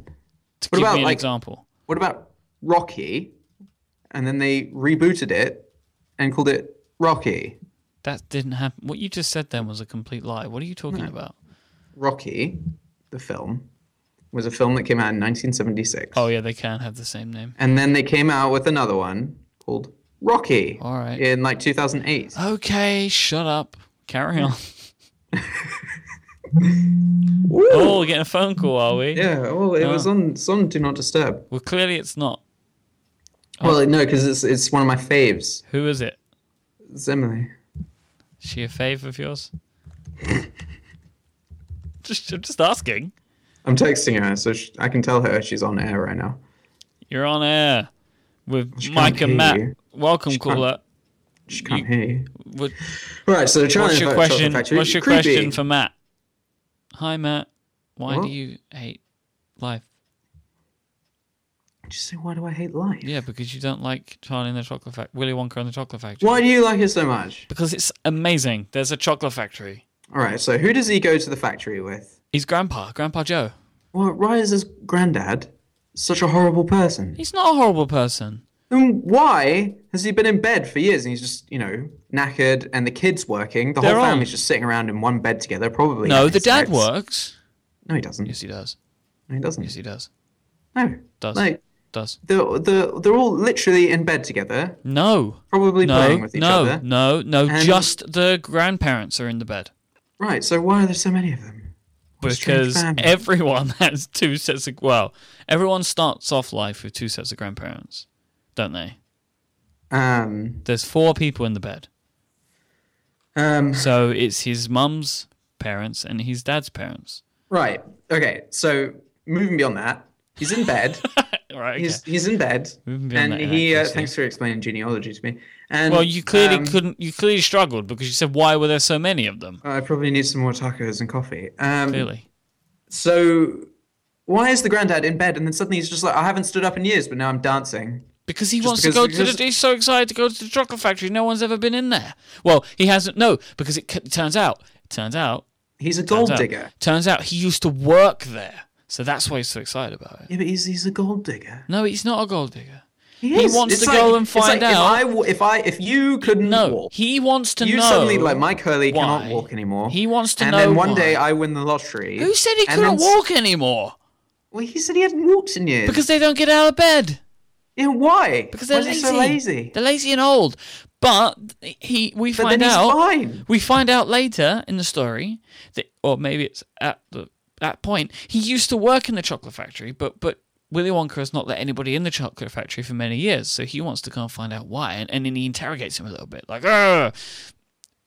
Speaker 1: To
Speaker 2: What
Speaker 1: give
Speaker 2: about,
Speaker 1: me an
Speaker 2: like-
Speaker 1: example?
Speaker 2: What about Rocky? And then they rebooted it and called it Rocky.
Speaker 1: That didn't happen. What you just said then was a complete lie. What are you talking about?
Speaker 2: Rocky, the film, was a film that came out in 1976.
Speaker 1: Oh yeah, they can have the same name.
Speaker 2: And then they came out with another one called Rocky
Speaker 1: All right.
Speaker 2: in like 2008.
Speaker 1: Okay, shut up. Carry on.
Speaker 2: Woo!
Speaker 1: (laughs) oh, we're getting a phone call, are we?
Speaker 2: Yeah, well, it was on some Do Not Disturb.
Speaker 1: Well, clearly it's not. Oh.
Speaker 2: Well, no, because it's it's one of my faves.
Speaker 1: Who is it?
Speaker 2: It's Emily.
Speaker 1: Is she a fave of yours? (laughs) just, I'm just asking.
Speaker 2: I'm texting her, so sh I can tell her she's on air right now.
Speaker 1: You're on air with
Speaker 2: can't
Speaker 1: Mike and
Speaker 2: hear
Speaker 1: Matt.
Speaker 2: you.
Speaker 1: Welcome,
Speaker 2: can't-
Speaker 1: caller.
Speaker 2: She can't hear you.
Speaker 1: What-
Speaker 2: Right, so Charlie
Speaker 1: What's
Speaker 2: and
Speaker 1: your
Speaker 2: the
Speaker 1: question?
Speaker 2: Chocolate Factory.
Speaker 1: What's your
Speaker 2: Creepy.
Speaker 1: question for Matt? Hi, Matt. Why
Speaker 2: What?
Speaker 1: do you hate life?
Speaker 2: Just say, why do I hate life?
Speaker 1: Yeah, because you don't like Charlie and the Chocolate Factory, Willy Wonka and the Chocolate Factory.
Speaker 2: Why do you like it so much?
Speaker 1: Because it's amazing. There's a chocolate factory.
Speaker 2: All right, so who does he go to the factory with?
Speaker 1: He's grandpa, Grandpa Joe.
Speaker 2: Well, why is his granddad such a horrible person?
Speaker 1: He's not a horrible person.
Speaker 2: And why has he been in bed for years and he's just, you know, knackered and the kid's working? The
Speaker 1: They're
Speaker 2: whole
Speaker 1: on.
Speaker 2: family's just sitting around in one bed together, probably.
Speaker 1: No,
Speaker 2: having
Speaker 1: the dad
Speaker 2: sex.
Speaker 1: works.
Speaker 2: No, he doesn't.
Speaker 1: Yes, he does.
Speaker 2: No, he doesn't.
Speaker 1: Yes, he does.
Speaker 2: No.
Speaker 1: Does.
Speaker 2: Like,
Speaker 1: Does.
Speaker 2: they're, they're, they're all literally in bed together,
Speaker 1: No.
Speaker 2: probably playing
Speaker 1: No,
Speaker 2: with each
Speaker 1: no,
Speaker 2: other.
Speaker 1: no, no.
Speaker 2: And-
Speaker 1: Just the grandparents are in the bed.
Speaker 2: Right, so why are there so many of them? What a strange
Speaker 1: Because
Speaker 2: family.
Speaker 1: everyone (laughs) has two sets of. Well, everyone starts off life with two sets of grandparents, don't they?
Speaker 2: Um,
Speaker 1: There's four people in the bed.
Speaker 2: um,
Speaker 1: So it's his mum's parents and his dad's parents.
Speaker 2: right, okay, so moving beyond that, he's in bed.
Speaker 1: All right. (laughs) Okay.
Speaker 2: He's, he's in bed.
Speaker 1: Moving beyond
Speaker 2: And
Speaker 1: that,
Speaker 2: he,
Speaker 1: yeah, I
Speaker 2: uh,
Speaker 1: see.
Speaker 2: thanks for explaining genealogy to me. And
Speaker 1: Well, you clearly
Speaker 2: um,
Speaker 1: couldn't. You clearly struggled because you said, "Why were there so many of them?"
Speaker 2: I probably need some more tacos and coffee. Um,
Speaker 1: Clearly,
Speaker 2: So, why is the granddad in bed and then suddenly he's just like, I haven't stood up in years, but now I'm dancing?
Speaker 1: because he wants
Speaker 2: because-
Speaker 1: to go to
Speaker 2: because-
Speaker 1: the. He's so excited to go to the chocolate factory. No one's ever been in there. Well, he hasn't. No, because it, c- turns out, turns out,
Speaker 2: He's a
Speaker 1: turns
Speaker 2: gold
Speaker 1: out,
Speaker 2: digger.
Speaker 1: turns out, he used to work there, so that's why he's so excited about it.
Speaker 2: Yeah, but he's, he's a gold digger.
Speaker 1: No, he's not a gold digger.
Speaker 2: He,
Speaker 1: He
Speaker 2: is.
Speaker 1: wants
Speaker 2: It's
Speaker 1: to go and
Speaker 2: it's like
Speaker 1: find out.
Speaker 2: If I, w- if I, if you couldn't
Speaker 1: No,
Speaker 2: walk,
Speaker 1: he wants to
Speaker 2: you
Speaker 1: know.
Speaker 2: suddenly like Mike Hurley
Speaker 1: why.
Speaker 2: cannot walk anymore.
Speaker 1: He wants to
Speaker 2: and
Speaker 1: know
Speaker 2: then one day
Speaker 1: why.
Speaker 2: I win the lottery.
Speaker 1: Who said he
Speaker 2: and then
Speaker 1: couldn't
Speaker 2: s-
Speaker 1: walk anymore?
Speaker 2: Well, he said he hadn't walked in years.
Speaker 1: Because they don't get out of bed.
Speaker 2: yeah, why?
Speaker 1: Because they're
Speaker 2: why
Speaker 1: lazy.
Speaker 2: Is he so lazy?
Speaker 1: They're lazy and old. But he, we
Speaker 2: But
Speaker 1: find
Speaker 2: then he's
Speaker 1: out.
Speaker 2: fine.
Speaker 1: We find out later in the story that, or maybe it's at the that point, he used to work in the chocolate factory, but but Willy Wonka has not let anybody in the chocolate factory for many years, so he wants to go and find out why, and, and then he interrogates him a little bit, like, "Ugh,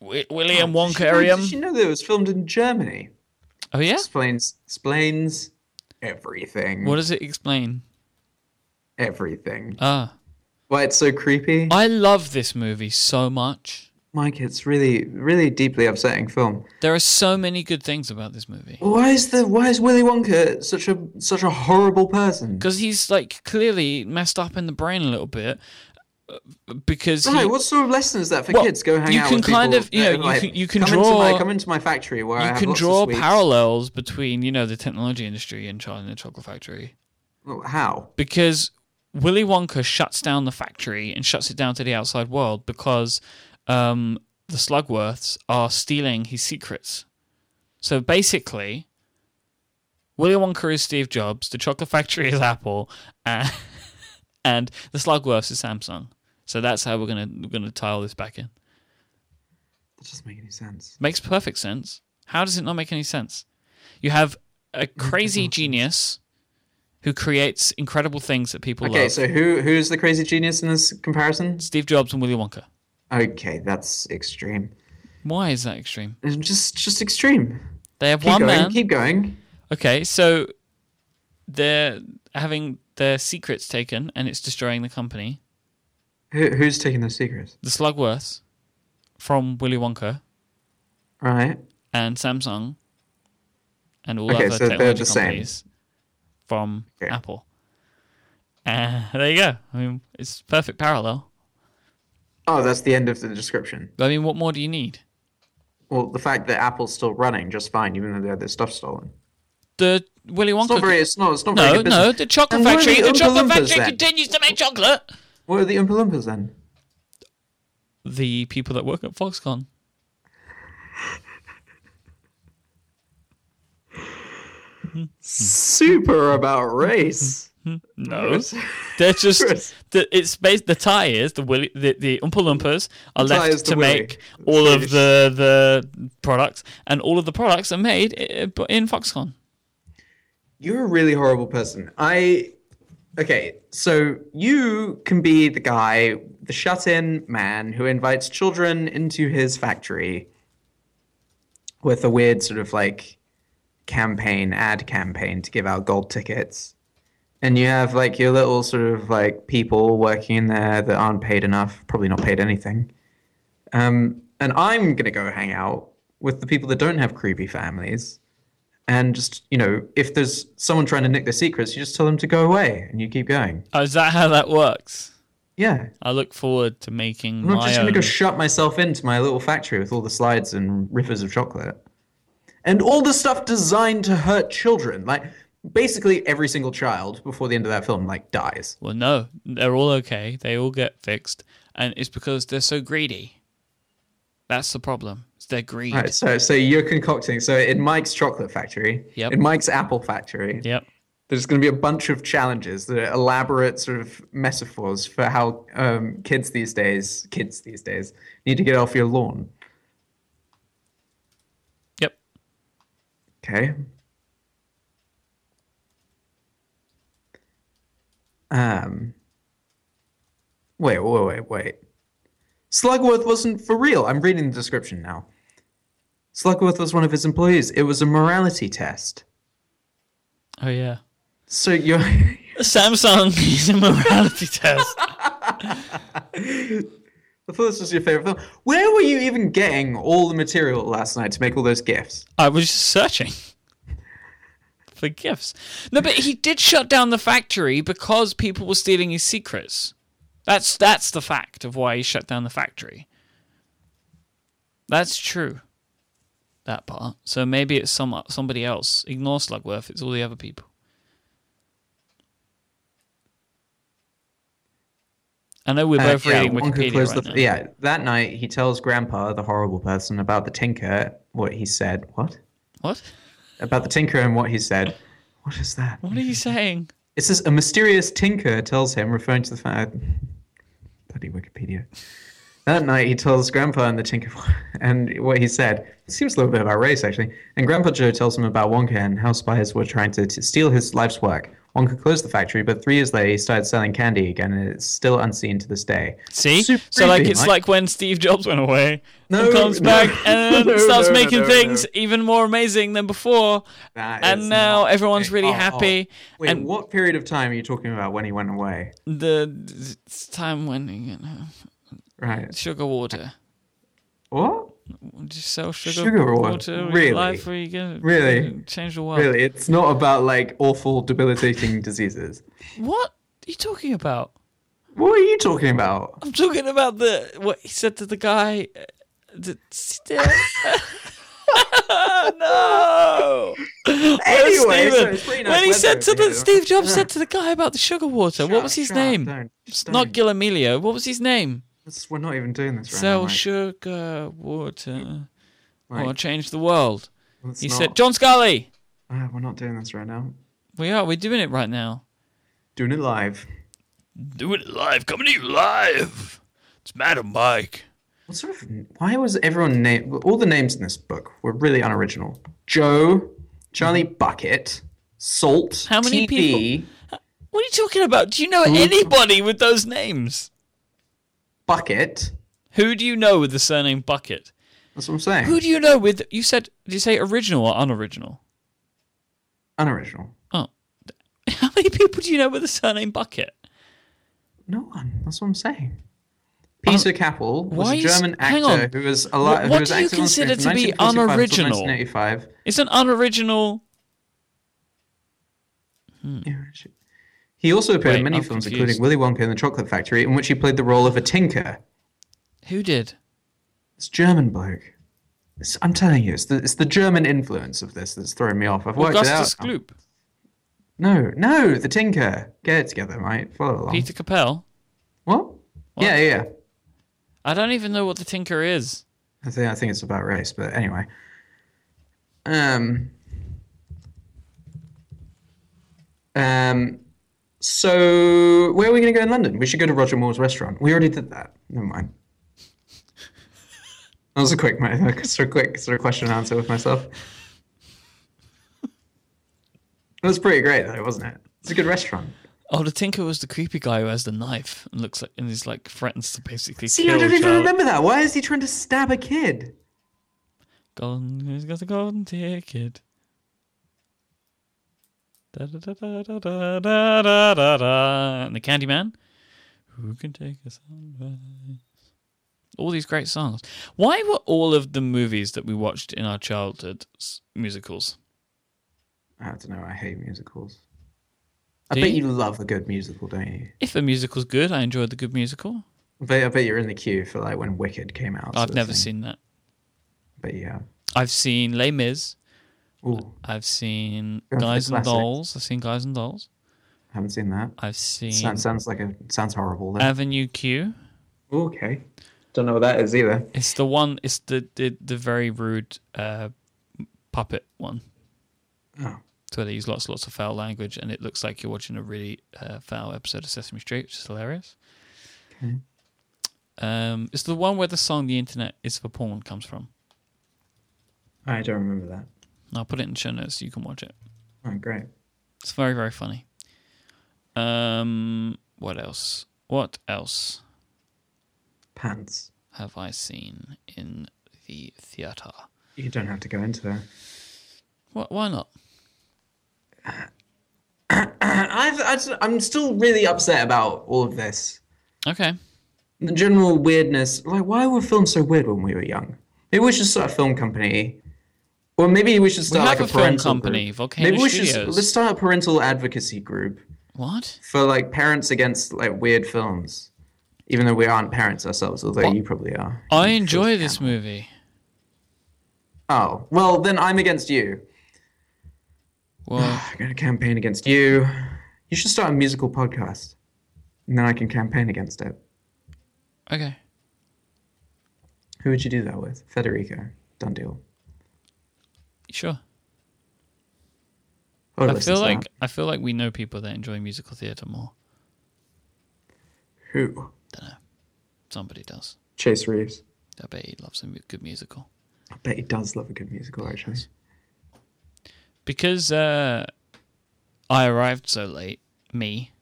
Speaker 1: Wi- William
Speaker 2: Did she know- Did
Speaker 1: Wonkarium."
Speaker 2: you know that it was filmed in Germany?
Speaker 1: Oh yeah,
Speaker 2: Explains explains everything.
Speaker 1: what does it explain?
Speaker 2: everything.
Speaker 1: Ah,
Speaker 2: Why it's so creepy?
Speaker 1: I love this movie so much.
Speaker 2: Mike, it's really, really deeply upsetting film.
Speaker 1: There are so many good things about this movie
Speaker 2: Why is the why is Willy Wonka such a such a horrible person?
Speaker 1: because he's like clearly messed up in the brain a little bit uh, because he-
Speaker 2: Right, what sort of lesson is that for
Speaker 1: Well,
Speaker 2: kids? Go hang
Speaker 1: you
Speaker 2: out
Speaker 1: can
Speaker 2: with people
Speaker 1: kind of- you
Speaker 2: that
Speaker 1: know,
Speaker 2: are
Speaker 1: you can- you can
Speaker 2: come Into
Speaker 1: draw-
Speaker 2: my, come into my factory where I
Speaker 1: you
Speaker 2: have
Speaker 1: can
Speaker 2: lots of
Speaker 1: draw
Speaker 2: sweets."
Speaker 1: parallels between you know the technology industry and Charlie and the Chocolate Factory
Speaker 2: Well, How?
Speaker 1: because Willy Wonka shuts down the factory and shuts it down to the outside world because um, the Slugworths are stealing his secrets. So basically, Willy Wonka is Steve Jobs, the Chocolate Factory is Apple, and, (laughs) and the Slugworths is Samsung. So that's how we're gonna we're gonna tie all this back in.
Speaker 2: That doesn't make any sense.
Speaker 1: Makes perfect sense. How does it not make any sense? You have a crazy genius who creates incredible things that people
Speaker 2: Okay,
Speaker 1: love.
Speaker 2: so who who's the crazy genius in this comparison?
Speaker 1: Steve Jobs and Willy Wonka.
Speaker 2: Okay, that's extreme.
Speaker 1: Why is that extreme?
Speaker 2: Just just extreme.
Speaker 1: They have
Speaker 2: Keep
Speaker 1: one
Speaker 2: going.
Speaker 1: man.
Speaker 2: Keep going.
Speaker 1: Okay, so they're having their secrets taken and it's destroying the company.
Speaker 2: Who, who's taking the secrets?
Speaker 1: The Slugworths from Willy Wonka
Speaker 2: Right.
Speaker 1: and Samsung and all
Speaker 2: Okay,
Speaker 1: other
Speaker 2: so they're
Speaker 1: technology
Speaker 2: the same.
Speaker 1: companies from
Speaker 2: Okay.
Speaker 1: Apple. Uh, there you go. I mean, it's perfect parallel.
Speaker 2: Oh, that's the end of the description.
Speaker 1: I mean, what more do you need?
Speaker 2: Well, the fact that Apple's still running just fine, even though they had their stuff stolen.
Speaker 1: The Willy Wonka.
Speaker 2: It's not very. It's not. It's not very
Speaker 1: no,
Speaker 2: good
Speaker 1: no,
Speaker 2: business.
Speaker 1: the chocolate
Speaker 2: And where are
Speaker 1: factory. The,
Speaker 2: the
Speaker 1: chocolate
Speaker 2: Oompa Loompas
Speaker 1: factory
Speaker 2: then?
Speaker 1: continues to make chocolate.
Speaker 2: What are the Oompa Loompas then?
Speaker 1: The people that work at Foxconn.
Speaker 2: Super about race.
Speaker 1: Hmm. No, (laughs)
Speaker 2: (laughs)
Speaker 1: they're just
Speaker 2: Chris.
Speaker 1: the, it's based. The tie is the Willy, the, the Oompa Loompas are
Speaker 2: The tie is
Speaker 1: left
Speaker 2: the
Speaker 1: to
Speaker 2: Willy.
Speaker 1: make all of
Speaker 2: Finished.
Speaker 1: the the products, and all of the products are made i- in Foxconn.
Speaker 2: You're a really horrible person. I. Okay, so you can be the guy, the shut-in man who invites children into his factory with a weird sort of like campaign, ad campaign to give out gold tickets. And you have like your little sort of like people working in there that aren't paid enough, probably not paid anything. Um, and I'm gonna go hang out with the people that don't have creepy families. And just, you know, if there's someone trying to nick their secrets, you just tell them to go away and you keep going.
Speaker 1: Oh, is that how that works?
Speaker 2: Yeah.
Speaker 1: I look forward to making
Speaker 2: I'm not
Speaker 1: my um,
Speaker 2: just
Speaker 1: own.
Speaker 2: going to go shut myself into my little factory with all the slides and rivers of chocolate. And all the stuff designed to hurt children. Like, basically, every single child before the end of that film, like, dies.
Speaker 1: well, no, they're all okay. They all get fixed, and it's because they're so greedy. That's the problem. It's their greed.
Speaker 2: Right, so, so you're concocting. So in Mike's chocolate factory,
Speaker 1: Yep.
Speaker 2: in Mike's apple factory,
Speaker 1: Yep.
Speaker 2: there's going to be a bunch of challenges that are elaborate sort of metaphors for how um, kids these days, kids these days, need to get off your lawn.
Speaker 1: Yep.
Speaker 2: Okay. Um. Wait, wait, wait, wait. Slugworth wasn't for real. I'm reading the description now. Slugworth was one of his employees. It was a morality test.
Speaker 1: Oh yeah.
Speaker 2: So you're (laughs)
Speaker 1: Samsung (laughs) is a morality test.
Speaker 2: I thought this was your favorite film. Where were you even getting all the material last night to make all those gifts?
Speaker 1: I was just searching (laughs) for gifts. No, but he did shut down the factory because people were stealing his secrets. That's that's the fact of why he shut down the factory. That's true. That part. So maybe it's some somebody else. Ignore Slugworth. It's all the other people. I know we're both
Speaker 2: Uh, yeah,
Speaker 1: reading
Speaker 2: Wonka
Speaker 1: Wikipedia
Speaker 2: closed
Speaker 1: right
Speaker 2: the-
Speaker 1: now.
Speaker 2: yeah, that night he tells Grandpa, the horrible person, about the Tinker, what he said. What?
Speaker 1: What?
Speaker 2: About the Tinker and what he said. What is that?
Speaker 1: What are you saying?
Speaker 2: It says a mysterious Tinker tells him, referring to the fact. Bloody Wikipedia. That night, he tells Grandpa and the Tinker, (laughs) and what he said it seems a little bit about race actually. And Grandpa Joe tells him about Wonka and how spies were trying to t- steal his life's work. Wonka closed the factory, but three years later, he started selling candy again, and it's still unseen to this day.
Speaker 1: See,
Speaker 2: Super
Speaker 1: so like
Speaker 2: creepy,
Speaker 1: it's like when Steve Jobs went away
Speaker 2: No,
Speaker 1: and comes
Speaker 2: no, (laughs)
Speaker 1: back and
Speaker 2: no,
Speaker 1: starts
Speaker 2: no,
Speaker 1: making
Speaker 2: no,
Speaker 1: things
Speaker 2: no.
Speaker 1: even more amazing than before,
Speaker 2: That is
Speaker 1: and now
Speaker 2: not-
Speaker 1: everyone's really
Speaker 2: Oh, oh.
Speaker 1: happy.
Speaker 2: Wait,
Speaker 1: and
Speaker 2: what period of time are you talking about when he went away?
Speaker 1: the it's time when you know,
Speaker 2: Right.
Speaker 1: sugar water,
Speaker 2: What?
Speaker 1: just sell sugar,
Speaker 2: Sugar water?
Speaker 1: in
Speaker 2: Really?
Speaker 1: Life where you can
Speaker 2: Really?
Speaker 1: change the world.
Speaker 2: Really, it's not about like awful, debilitating diseases.
Speaker 1: What are you talking about?
Speaker 2: What are you talking about?
Speaker 1: I'm talking about the what he said to the guy. uh, The,
Speaker 2: (laughs)
Speaker 1: (laughs)
Speaker 2: (laughs)
Speaker 1: no.
Speaker 2: Anyway, so
Speaker 1: Steven,
Speaker 2: it's pretty nice
Speaker 1: when he
Speaker 2: weather
Speaker 1: said to
Speaker 2: over
Speaker 1: the
Speaker 2: here.
Speaker 1: Steve Jobs said to the guy about the sugar water, what was his
Speaker 2: Shut up,
Speaker 1: name?
Speaker 2: don't,
Speaker 1: It's
Speaker 2: don't.
Speaker 1: not Gilamelio. What was his name?
Speaker 2: This- We're not even doing this right
Speaker 1: Sell
Speaker 2: now. Mike.
Speaker 1: sugar water
Speaker 2: Mike,
Speaker 1: or change the world.
Speaker 2: let's
Speaker 1: He
Speaker 2: not-
Speaker 1: said, John Scully.
Speaker 2: Ah, we're not doing this right now.
Speaker 1: We are. We're doing it right now.
Speaker 2: Doing it live.
Speaker 1: Do it live. Coming to you live. It's Madam Mike.
Speaker 2: What sort of? Why was everyone name? All the names in this book were really unoriginal. Joe, Charlie Bucket, Salt.
Speaker 1: Mm-hmm. How many
Speaker 2: TB,
Speaker 1: What are you talking about? Do you know anybody with those names?
Speaker 2: Bucket.
Speaker 1: Who do you know with the surname Bucket?
Speaker 2: That's what I'm saying.
Speaker 1: Who do you know with you said did you say original or unoriginal?
Speaker 2: Unoriginal.
Speaker 1: Oh. (laughs) How many people do you know with the surname Bucket?
Speaker 2: No one. That's what I'm saying. Peter Kappel was
Speaker 1: Uh, why
Speaker 2: a
Speaker 1: is-
Speaker 2: German
Speaker 1: hang
Speaker 2: actor
Speaker 1: on.
Speaker 2: who was alive.
Speaker 1: what
Speaker 2: who was
Speaker 1: do you
Speaker 2: active on screen
Speaker 1: consider
Speaker 2: from
Speaker 1: to be
Speaker 2: 1945 till
Speaker 1: unoriginal?
Speaker 2: 1985.
Speaker 1: It's an unoriginal
Speaker 2: He also appeared
Speaker 1: Wait,
Speaker 2: in many
Speaker 1: I'm
Speaker 2: films,
Speaker 1: confused.
Speaker 2: including Willy Wonka and the Chocolate Factory, in which he played the role of a tinker.
Speaker 1: who did?
Speaker 2: It's German bloke. It's, I'm telling you, it's the, it's the German influence of this that's throwing me off. I've worked
Speaker 1: Augustus
Speaker 2: it out. Oh, now.
Speaker 1: Gloop.
Speaker 2: No, no, the tinker. Get it together, mate. Follow along.
Speaker 1: Peter Capel.
Speaker 2: What? Yeah, yeah.
Speaker 1: I don't even know what the Tinker is.
Speaker 2: I think I think it's about race, but anyway. Um. Um. So where are we going to go in London? We should go to Roger Moore's restaurant. We already did that. Never mind. That was a quick, (laughs) sort of quick sort of question and answer with myself. It was pretty great, though, wasn't it? It's a good restaurant.
Speaker 1: Oh, the Tinker was the creepy guy who has the knife and looks like and is like threatens to basically
Speaker 2: See,
Speaker 1: kill
Speaker 2: I don't even
Speaker 1: Charlie.
Speaker 2: remember that. Why is he trying to stab a kid?
Speaker 1: Golden, who's got the golden ticket? Da, da, da, da, da, da, da, da, da, da. And the Candyman. Who can take us on? All these great songs. Why were all of the movies that we watched in our childhood s- musicals?
Speaker 2: I don't know. I hate musicals. I
Speaker 1: Do
Speaker 2: bet
Speaker 1: you?
Speaker 2: you love a good musical, don't you?
Speaker 1: If a musical's good, I enjoyed the good musical.
Speaker 2: I bet, I bet you're in the queue for like when Wicked came out. sort
Speaker 1: I've
Speaker 2: of
Speaker 1: never
Speaker 2: thing.
Speaker 1: seen that.
Speaker 2: But yeah.
Speaker 1: I've seen Les Mis.
Speaker 2: Ooh,
Speaker 1: I've seen
Speaker 2: Going for the
Speaker 1: Guys and
Speaker 2: classics.
Speaker 1: Dolls. I've seen Guys and Dolls.
Speaker 2: haven't seen that.
Speaker 1: I've seen
Speaker 2: Sounds, sounds like a sounds horrible. Though.
Speaker 1: Avenue Q.
Speaker 2: Ooh, okay. Don't know what that is either.
Speaker 1: It's the one. It's the the, the very rude uh, puppet one.
Speaker 2: Oh.
Speaker 1: So they use lots lots of foul language, and it looks like you're watching a really uh, foul episode of Sesame Street, which is hilarious. Um, it's the one where the song "The Internet Is for Porn" comes from.
Speaker 2: I don't remember that.
Speaker 1: I'll put it in the show notes so you can watch it.
Speaker 2: Oh, great.
Speaker 1: It's very very funny. Um, what else? What else
Speaker 2: Pants.
Speaker 1: have I seen in the theater?
Speaker 2: You don't have to go into that. (clears throat)
Speaker 1: Wh- Why not?
Speaker 2: I've, I've, I'm still really upset about all of this.
Speaker 1: Okay.
Speaker 2: The general weirdness. Like, why were films so weird when we were young? Maybe we should start a film company. Or maybe we should start
Speaker 1: have
Speaker 2: like
Speaker 1: a
Speaker 2: a
Speaker 1: film
Speaker 2: parental
Speaker 1: company,
Speaker 2: group.
Speaker 1: Volcano
Speaker 2: maybe we should
Speaker 1: Studios.
Speaker 2: let's start a parental advocacy group.
Speaker 1: What?
Speaker 2: for like parents against like weird films, even though we aren't parents ourselves, although
Speaker 1: Well,
Speaker 2: you probably are.
Speaker 1: I enjoy this movie.
Speaker 2: Oh, well, then I'm against you. (sighs)
Speaker 1: Well,
Speaker 2: I'm going to campaign against you. You should start a musical podcast, and then I can campaign against it.
Speaker 1: okay.
Speaker 2: Who would you do that with? Federico. Done deal.
Speaker 1: Sure.
Speaker 2: Oh,
Speaker 1: I feel like I feel like we know people that enjoy musical theatre more.
Speaker 2: who?
Speaker 1: uh, Somebody does.
Speaker 2: Chase Reeves.
Speaker 1: I bet he loves a mu- good musical.
Speaker 2: I bet he does love a good musical, actually.
Speaker 1: because uh, I arrived so late. Me,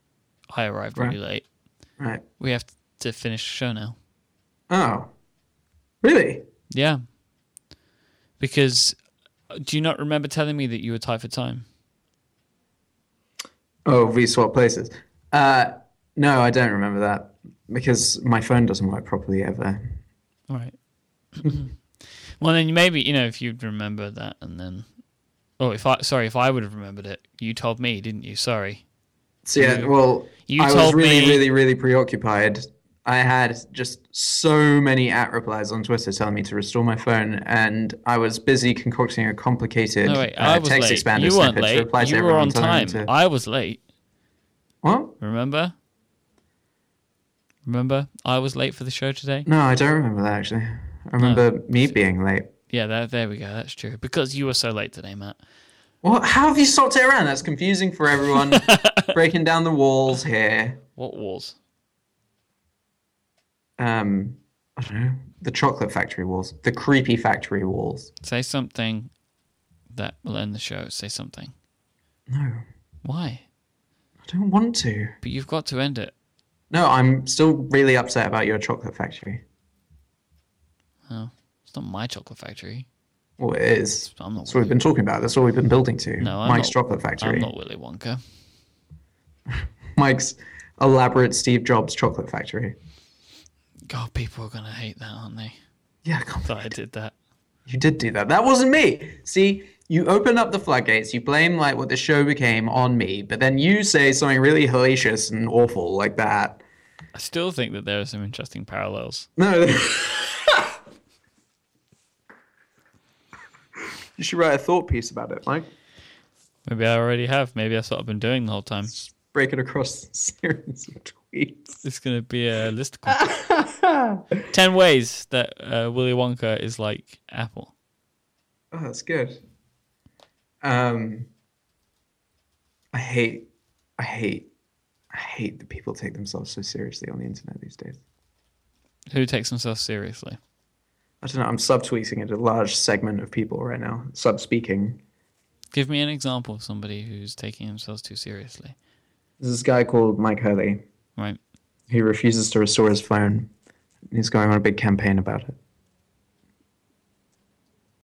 Speaker 1: I arrived really late.
Speaker 2: Right.
Speaker 1: We have to finish the show now.
Speaker 2: Oh, really?
Speaker 1: Yeah, because uh, do you not remember telling me that you were tied for time?
Speaker 2: Oh, we swap places. Uh, no, I don't remember that because my phone doesn't work properly ever.
Speaker 1: All right. (laughs) well, then maybe you know if you'd remember that, and then oh, if I sorry if I would have remembered it, you told me, didn't you? Sorry.
Speaker 2: So yeah, Mm-hmm. well,
Speaker 1: you
Speaker 2: I was
Speaker 1: told
Speaker 2: really,
Speaker 1: me-
Speaker 2: really, really preoccupied. I had just so many at replies on Twitter telling me to restore my phone, and I was busy concocting a complicated
Speaker 1: No wait,
Speaker 2: uh,
Speaker 1: I was
Speaker 2: text
Speaker 1: late.
Speaker 2: expander
Speaker 1: You weren't
Speaker 2: snippet to
Speaker 1: late.
Speaker 2: reply to
Speaker 1: You were
Speaker 2: everyone
Speaker 1: on
Speaker 2: telling
Speaker 1: time.
Speaker 2: them to-
Speaker 1: I was late.
Speaker 2: What?
Speaker 1: Remember? Remember? I was late for the show today.
Speaker 2: No, I don't remember that actually. I remember me being late.
Speaker 1: Yeah, that, there we go. That's true. Because you were so late today, Matt.
Speaker 2: What? How have you swapped it around? That's confusing
Speaker 1: (laughs)
Speaker 2: for everyone. Breaking down the walls here.
Speaker 1: What walls?
Speaker 2: um I don't know, the chocolate factory walls, the creepy factory walls.
Speaker 1: Say something that will end the show. Say something.
Speaker 2: No, I
Speaker 1: Why?
Speaker 2: don't want to.
Speaker 1: But you've got to end it.
Speaker 2: No, I'm still really upset about your chocolate factory.
Speaker 1: Oh, it's not my chocolate factory.
Speaker 2: Well, it is.
Speaker 1: I'm not.
Speaker 2: That's what we've been talking about. That's what we've been building to.
Speaker 1: No, I'm
Speaker 2: Mike's
Speaker 1: not-
Speaker 2: chocolate
Speaker 1: I'm
Speaker 2: factory.
Speaker 1: not Willy Wonka.
Speaker 2: Mike's elaborate Steve Jobs chocolate factory.
Speaker 1: God, people are gonna hate that, aren't (laughs) they?
Speaker 2: Yeah, I can't
Speaker 1: That I did that.
Speaker 2: You did do that. That wasn't me. See, you open up the floodgates, you blame like what the show became on me, but then you say something really hellacious and awful like that.
Speaker 1: I still think that there are some interesting parallels.
Speaker 2: No. (laughs) you should write a thought piece about it, Mike.
Speaker 1: Maybe I already have. Maybe that's what I've been doing the whole time.
Speaker 2: Break it across a (laughs) series of tweets.
Speaker 1: It's gonna be a listicle. Ten ways that uh, Willy Wonka is like Apple.
Speaker 2: Oh, that's good. Um, I hate, I hate, I hate that people take themselves so seriously on the internet these days.
Speaker 1: Who takes themselves seriously?
Speaker 2: I don't know. I'm subtweeting at a large segment of people right now. Subspeaking.
Speaker 1: Give me an example of somebody who's taking themselves too seriously.
Speaker 2: There's this guy called Mike Hurley.
Speaker 1: Right.
Speaker 2: He refuses to restore his phone. He's going on a big campaign about it.